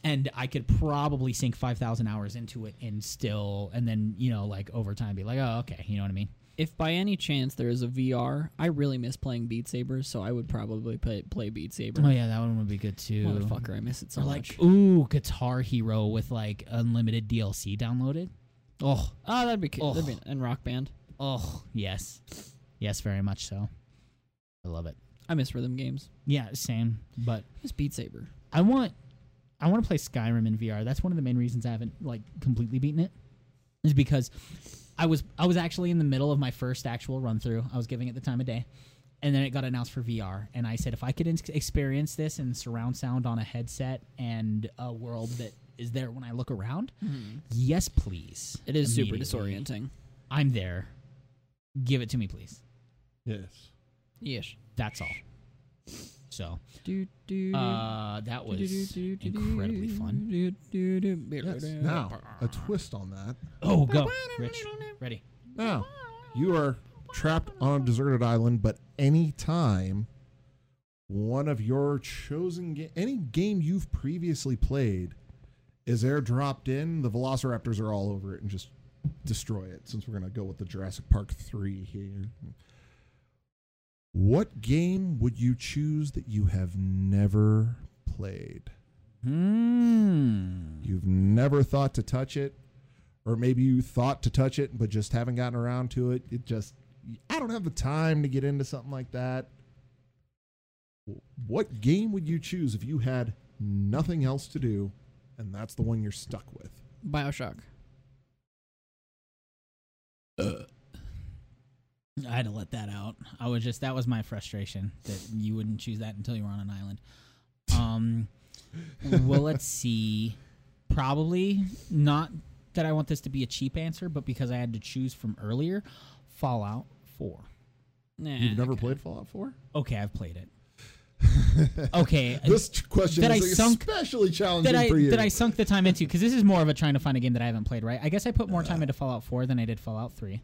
Speaker 1: and i could probably sink 5000 hours into it and still and then you know like over time be like oh okay you know what i mean
Speaker 3: If by any chance there is a VR, I really miss playing Beat Saber, so I would probably play, play Beat Saber.
Speaker 1: oh yeah that one would be good too
Speaker 3: Motherfucker, I miss it so
Speaker 1: or like
Speaker 3: much.
Speaker 1: ooh guitar hero with like unlimited dlc downloaded oh
Speaker 3: Oh, that'd be cool.
Speaker 1: Ugh.
Speaker 3: That'd be, and Rock Band.
Speaker 1: oh yes yes very much so i love it
Speaker 3: I miss rhythm games.
Speaker 1: yeah same but
Speaker 3: Miss Beat Saber.
Speaker 1: I want I want to play Skyrim in VR. That's one of the main reasons I haven't like completely beaten it. Is because I was I was actually in the middle of my first actual run through. I was giving it the time of day. And then it got announced for VR, and I said if I could ins experience this in surround sound on a headset and a world that is there when I look around, yes, please.
Speaker 3: It is
Speaker 1: Hmm.
Speaker 3: super
Speaker 1: Immediately.
Speaker 3: disorienting.
Speaker 1: I'm there. Give it to me, please.
Speaker 2: Yes.
Speaker 3: Yes.
Speaker 1: That's all. So
Speaker 3: Do, do, do,
Speaker 1: uh, that
Speaker 3: do, do,
Speaker 1: was
Speaker 3: do, do, do,
Speaker 1: incredibly fun.
Speaker 3: do, do, do, do,
Speaker 2: Yes.
Speaker 3: do.
Speaker 2: Now, a twist on that.
Speaker 1: Oh, go, Rich. Ready.
Speaker 2: Now, you are trapped on a deserted island, but any time one of your chosen ga- any game you've previously played is airdropped in, the velociraptors are all over it and just destroy it since we're going to go with the Jurassic Park 3 here. What game would you choose that you have never played?
Speaker 1: Hmm.
Speaker 2: You've never thought to touch it, or maybe you thought to touch it but just haven't gotten around to it. It just, I don't have the time to get into something like that. What game would you choose if you had nothing else to do, and that's the one you're stuck with.
Speaker 3: Bioshock.
Speaker 1: I had to let that out. I was just that was my frustration that you wouldn't choose that until you were on an island. Um, well, let's see. Probably not that I want this to be a cheap answer, but because I had to choose from earlier, Fallout Four.
Speaker 3: Nah,
Speaker 2: You've never played Fallout 4?
Speaker 1: Okay, I've played it. Okay,
Speaker 2: This t- question
Speaker 1: That I
Speaker 2: is
Speaker 1: sunk-
Speaker 2: especially challenging
Speaker 1: that I
Speaker 2: for you.
Speaker 1: that I sunk the time into because this is more of a trying to find a game that I haven't played. Right? I guess I put more time into Fallout Four than I did Fallout Three.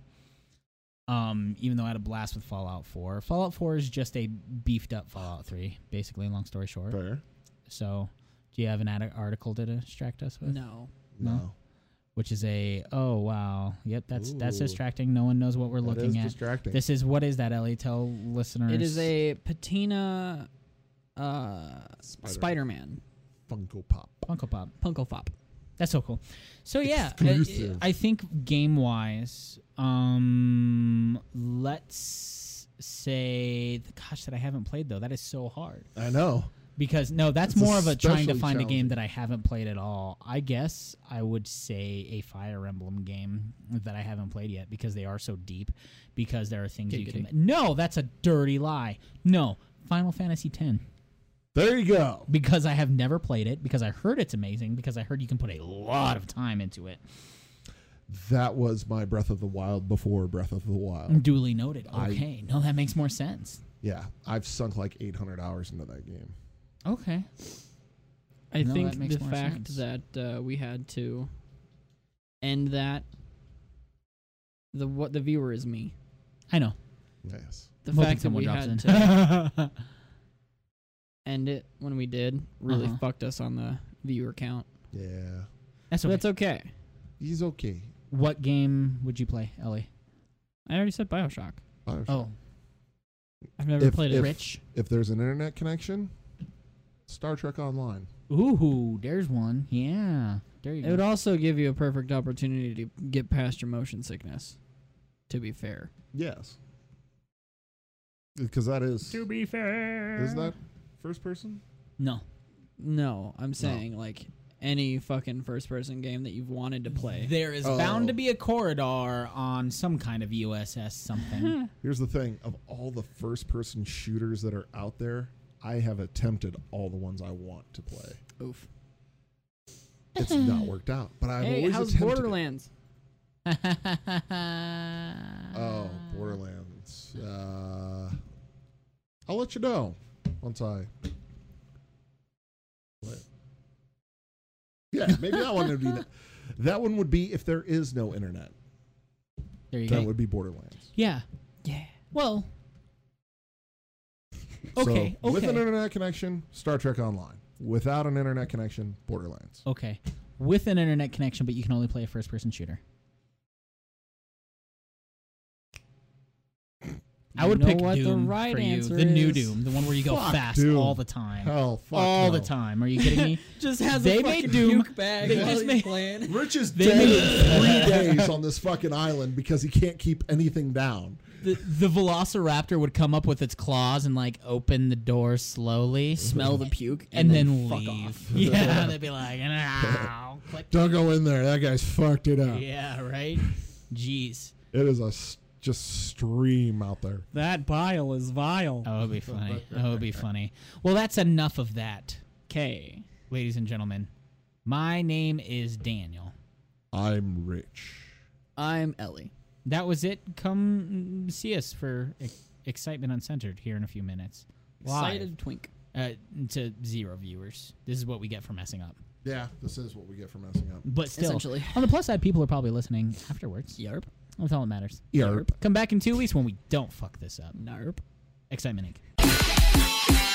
Speaker 1: Um, even though I had a blast with Fallout Four, Fallout Four is just a beefed up Fallout Three, basically. Long story short.
Speaker 2: Fair.
Speaker 1: So, do you have an ad- article to distract us with?
Speaker 3: No.
Speaker 1: No.
Speaker 2: No.
Speaker 1: Which is a oh wow, yep, that's that's
Speaker 2: Ooh.
Speaker 1: distracting. No one knows what we're
Speaker 2: That
Speaker 1: looking
Speaker 2: is
Speaker 1: at.
Speaker 2: distracting.
Speaker 1: This is what is that, Ellie? Tell listeners.
Speaker 3: It is a patina uh
Speaker 2: Spider-
Speaker 3: Spider Man.
Speaker 2: Funko Pop.
Speaker 1: Funko Pop.
Speaker 3: Funko Pop.
Speaker 1: That's so cool. So yeah,
Speaker 2: Exclusive.
Speaker 1: I, I think game wise, um, let's say, gosh, that I haven't played though. That is so hard
Speaker 2: I know.
Speaker 1: because no, Uh, that's
Speaker 2: It's
Speaker 1: more of a trying to
Speaker 2: especially
Speaker 1: find a game
Speaker 2: challenging.
Speaker 1: that I haven't played at all. I guess I would say a Fire Emblem game that I haven't played yet because they are so deep. Because there are things you
Speaker 3: Giggity.
Speaker 1: can. No, that's a dirty lie. No, Final Fantasy X
Speaker 2: There you go.
Speaker 1: because I have never played it. Because I heard it's amazing. Because I heard you can put a lot of time into it.
Speaker 2: That was my Breath of the Wild before Breath of the Wild.
Speaker 1: Duly noted.
Speaker 2: Oh. I-
Speaker 1: Okay. no, that makes more sense.
Speaker 2: Yeah, I've sunk like 800 hours into that game.
Speaker 1: Okay.
Speaker 3: I
Speaker 1: No,
Speaker 3: think
Speaker 1: that makes
Speaker 3: the
Speaker 1: more
Speaker 3: fact
Speaker 1: sense.
Speaker 3: that uh, we had to end that the what the viewer is me.
Speaker 1: I know.
Speaker 2: Yes.
Speaker 3: The
Speaker 1: I'm hoping
Speaker 3: fact that
Speaker 1: someone
Speaker 3: we
Speaker 1: drops
Speaker 3: had
Speaker 1: in.
Speaker 3: to end it when we did really
Speaker 1: Uh-huh.
Speaker 3: fucked us on the viewer count.
Speaker 2: Yeah.
Speaker 1: That's
Speaker 3: So
Speaker 1: okay.
Speaker 3: that's okay.
Speaker 2: He's okay.
Speaker 1: what game would you play, Ellie?
Speaker 3: I already said Bioshock.
Speaker 2: Bioshock.
Speaker 1: Oh,
Speaker 3: I've never
Speaker 2: If-
Speaker 3: played it.
Speaker 2: if-
Speaker 1: Rich.
Speaker 2: If there's an internet connection, Star Trek Online.
Speaker 1: Ooh, there's one. Yeah. There you
Speaker 3: It would
Speaker 1: go.
Speaker 3: also give you a perfect opportunity to get past your motion sickness. To be fair,
Speaker 2: Yes. Because that is.
Speaker 1: be fair.
Speaker 2: Is that first person?
Speaker 1: No.
Speaker 3: no, I'm saying like any fucking first-person game that you've wanted to play.
Speaker 1: There is
Speaker 2: Oh.
Speaker 1: bound to be a corridor on some kind of USS something.
Speaker 2: Here's the thing of all the first person shooters that are out there, I have attempted all the ones I want to play.
Speaker 3: Oof.
Speaker 2: It's not worked out, but I've
Speaker 3: Hey,
Speaker 2: always
Speaker 3: how's
Speaker 2: attempted. it.
Speaker 3: Borderlands?
Speaker 2: Oh,
Speaker 1: Uh-huh.
Speaker 2: Borderlands. Uh, I'll let you know once I. play it. Yeah, maybe that one would be that. That one would be if there is no internet.
Speaker 1: there you
Speaker 2: That
Speaker 1: go.
Speaker 2: would be Borderlands.
Speaker 1: yeah.
Speaker 3: Yeah.
Speaker 1: Well.
Speaker 2: So,
Speaker 1: Okay.
Speaker 2: With
Speaker 1: okay.
Speaker 2: an internet connection, Star Trek Online. Without an internet connection, Borderlands.
Speaker 1: Okay. With an internet connection, but you can only play a first person shooter. I
Speaker 3: You
Speaker 1: would
Speaker 3: know
Speaker 1: pick
Speaker 3: what the
Speaker 1: Doom
Speaker 3: right
Speaker 1: for you.
Speaker 3: answer
Speaker 1: the new
Speaker 3: is.
Speaker 1: Doom, the one where you go
Speaker 2: Fuck
Speaker 1: fast
Speaker 2: Doom.
Speaker 1: all the time.
Speaker 2: Hell, fuck
Speaker 1: all the
Speaker 2: no.
Speaker 1: time. Are you kidding me?
Speaker 3: Just has
Speaker 1: They
Speaker 3: a
Speaker 1: made
Speaker 3: fucking
Speaker 1: Doom.
Speaker 3: puke bag
Speaker 1: They
Speaker 3: while
Speaker 1: just
Speaker 3: he's
Speaker 1: made-
Speaker 3: playing.
Speaker 2: Rich is
Speaker 1: They
Speaker 2: dead in three days on this fucking island because he can't keep anything down.
Speaker 1: The, the Velociraptor would come up with its claws and like open the door slowly,
Speaker 3: Smell the puke
Speaker 1: and, then,
Speaker 3: fuck
Speaker 1: leave.
Speaker 3: off.
Speaker 1: Yeah, they'd be like, "Ow, click."
Speaker 2: Don't go in there. That guy's fucked it up.
Speaker 1: Yeah, right. Jeez,
Speaker 2: It is a s- just stream out there.
Speaker 3: That bile is vile.
Speaker 1: that would be funny. That would be funny. Well, that's enough of that.
Speaker 3: Okay.
Speaker 1: ladies and gentlemen. My name is Daniel.
Speaker 2: I'm rich.
Speaker 3: I'm Ellie.
Speaker 1: That was it. Come mm, see us for e- Excitement Uncensored here in a few minutes.
Speaker 3: Excited twink.
Speaker 1: Live, uh, to zero viewers. This is what we get for messing up.
Speaker 2: Yeah, this is what we get for messing up.
Speaker 1: But still,
Speaker 3: Essentially.
Speaker 1: on the plus side, people are probably listening afterwards.
Speaker 3: Yarp.
Speaker 1: That's all that matters.
Speaker 2: Yarp.
Speaker 1: Come back in two weeks when we don't fuck this up.
Speaker 3: Narp.
Speaker 1: Excitement Inc.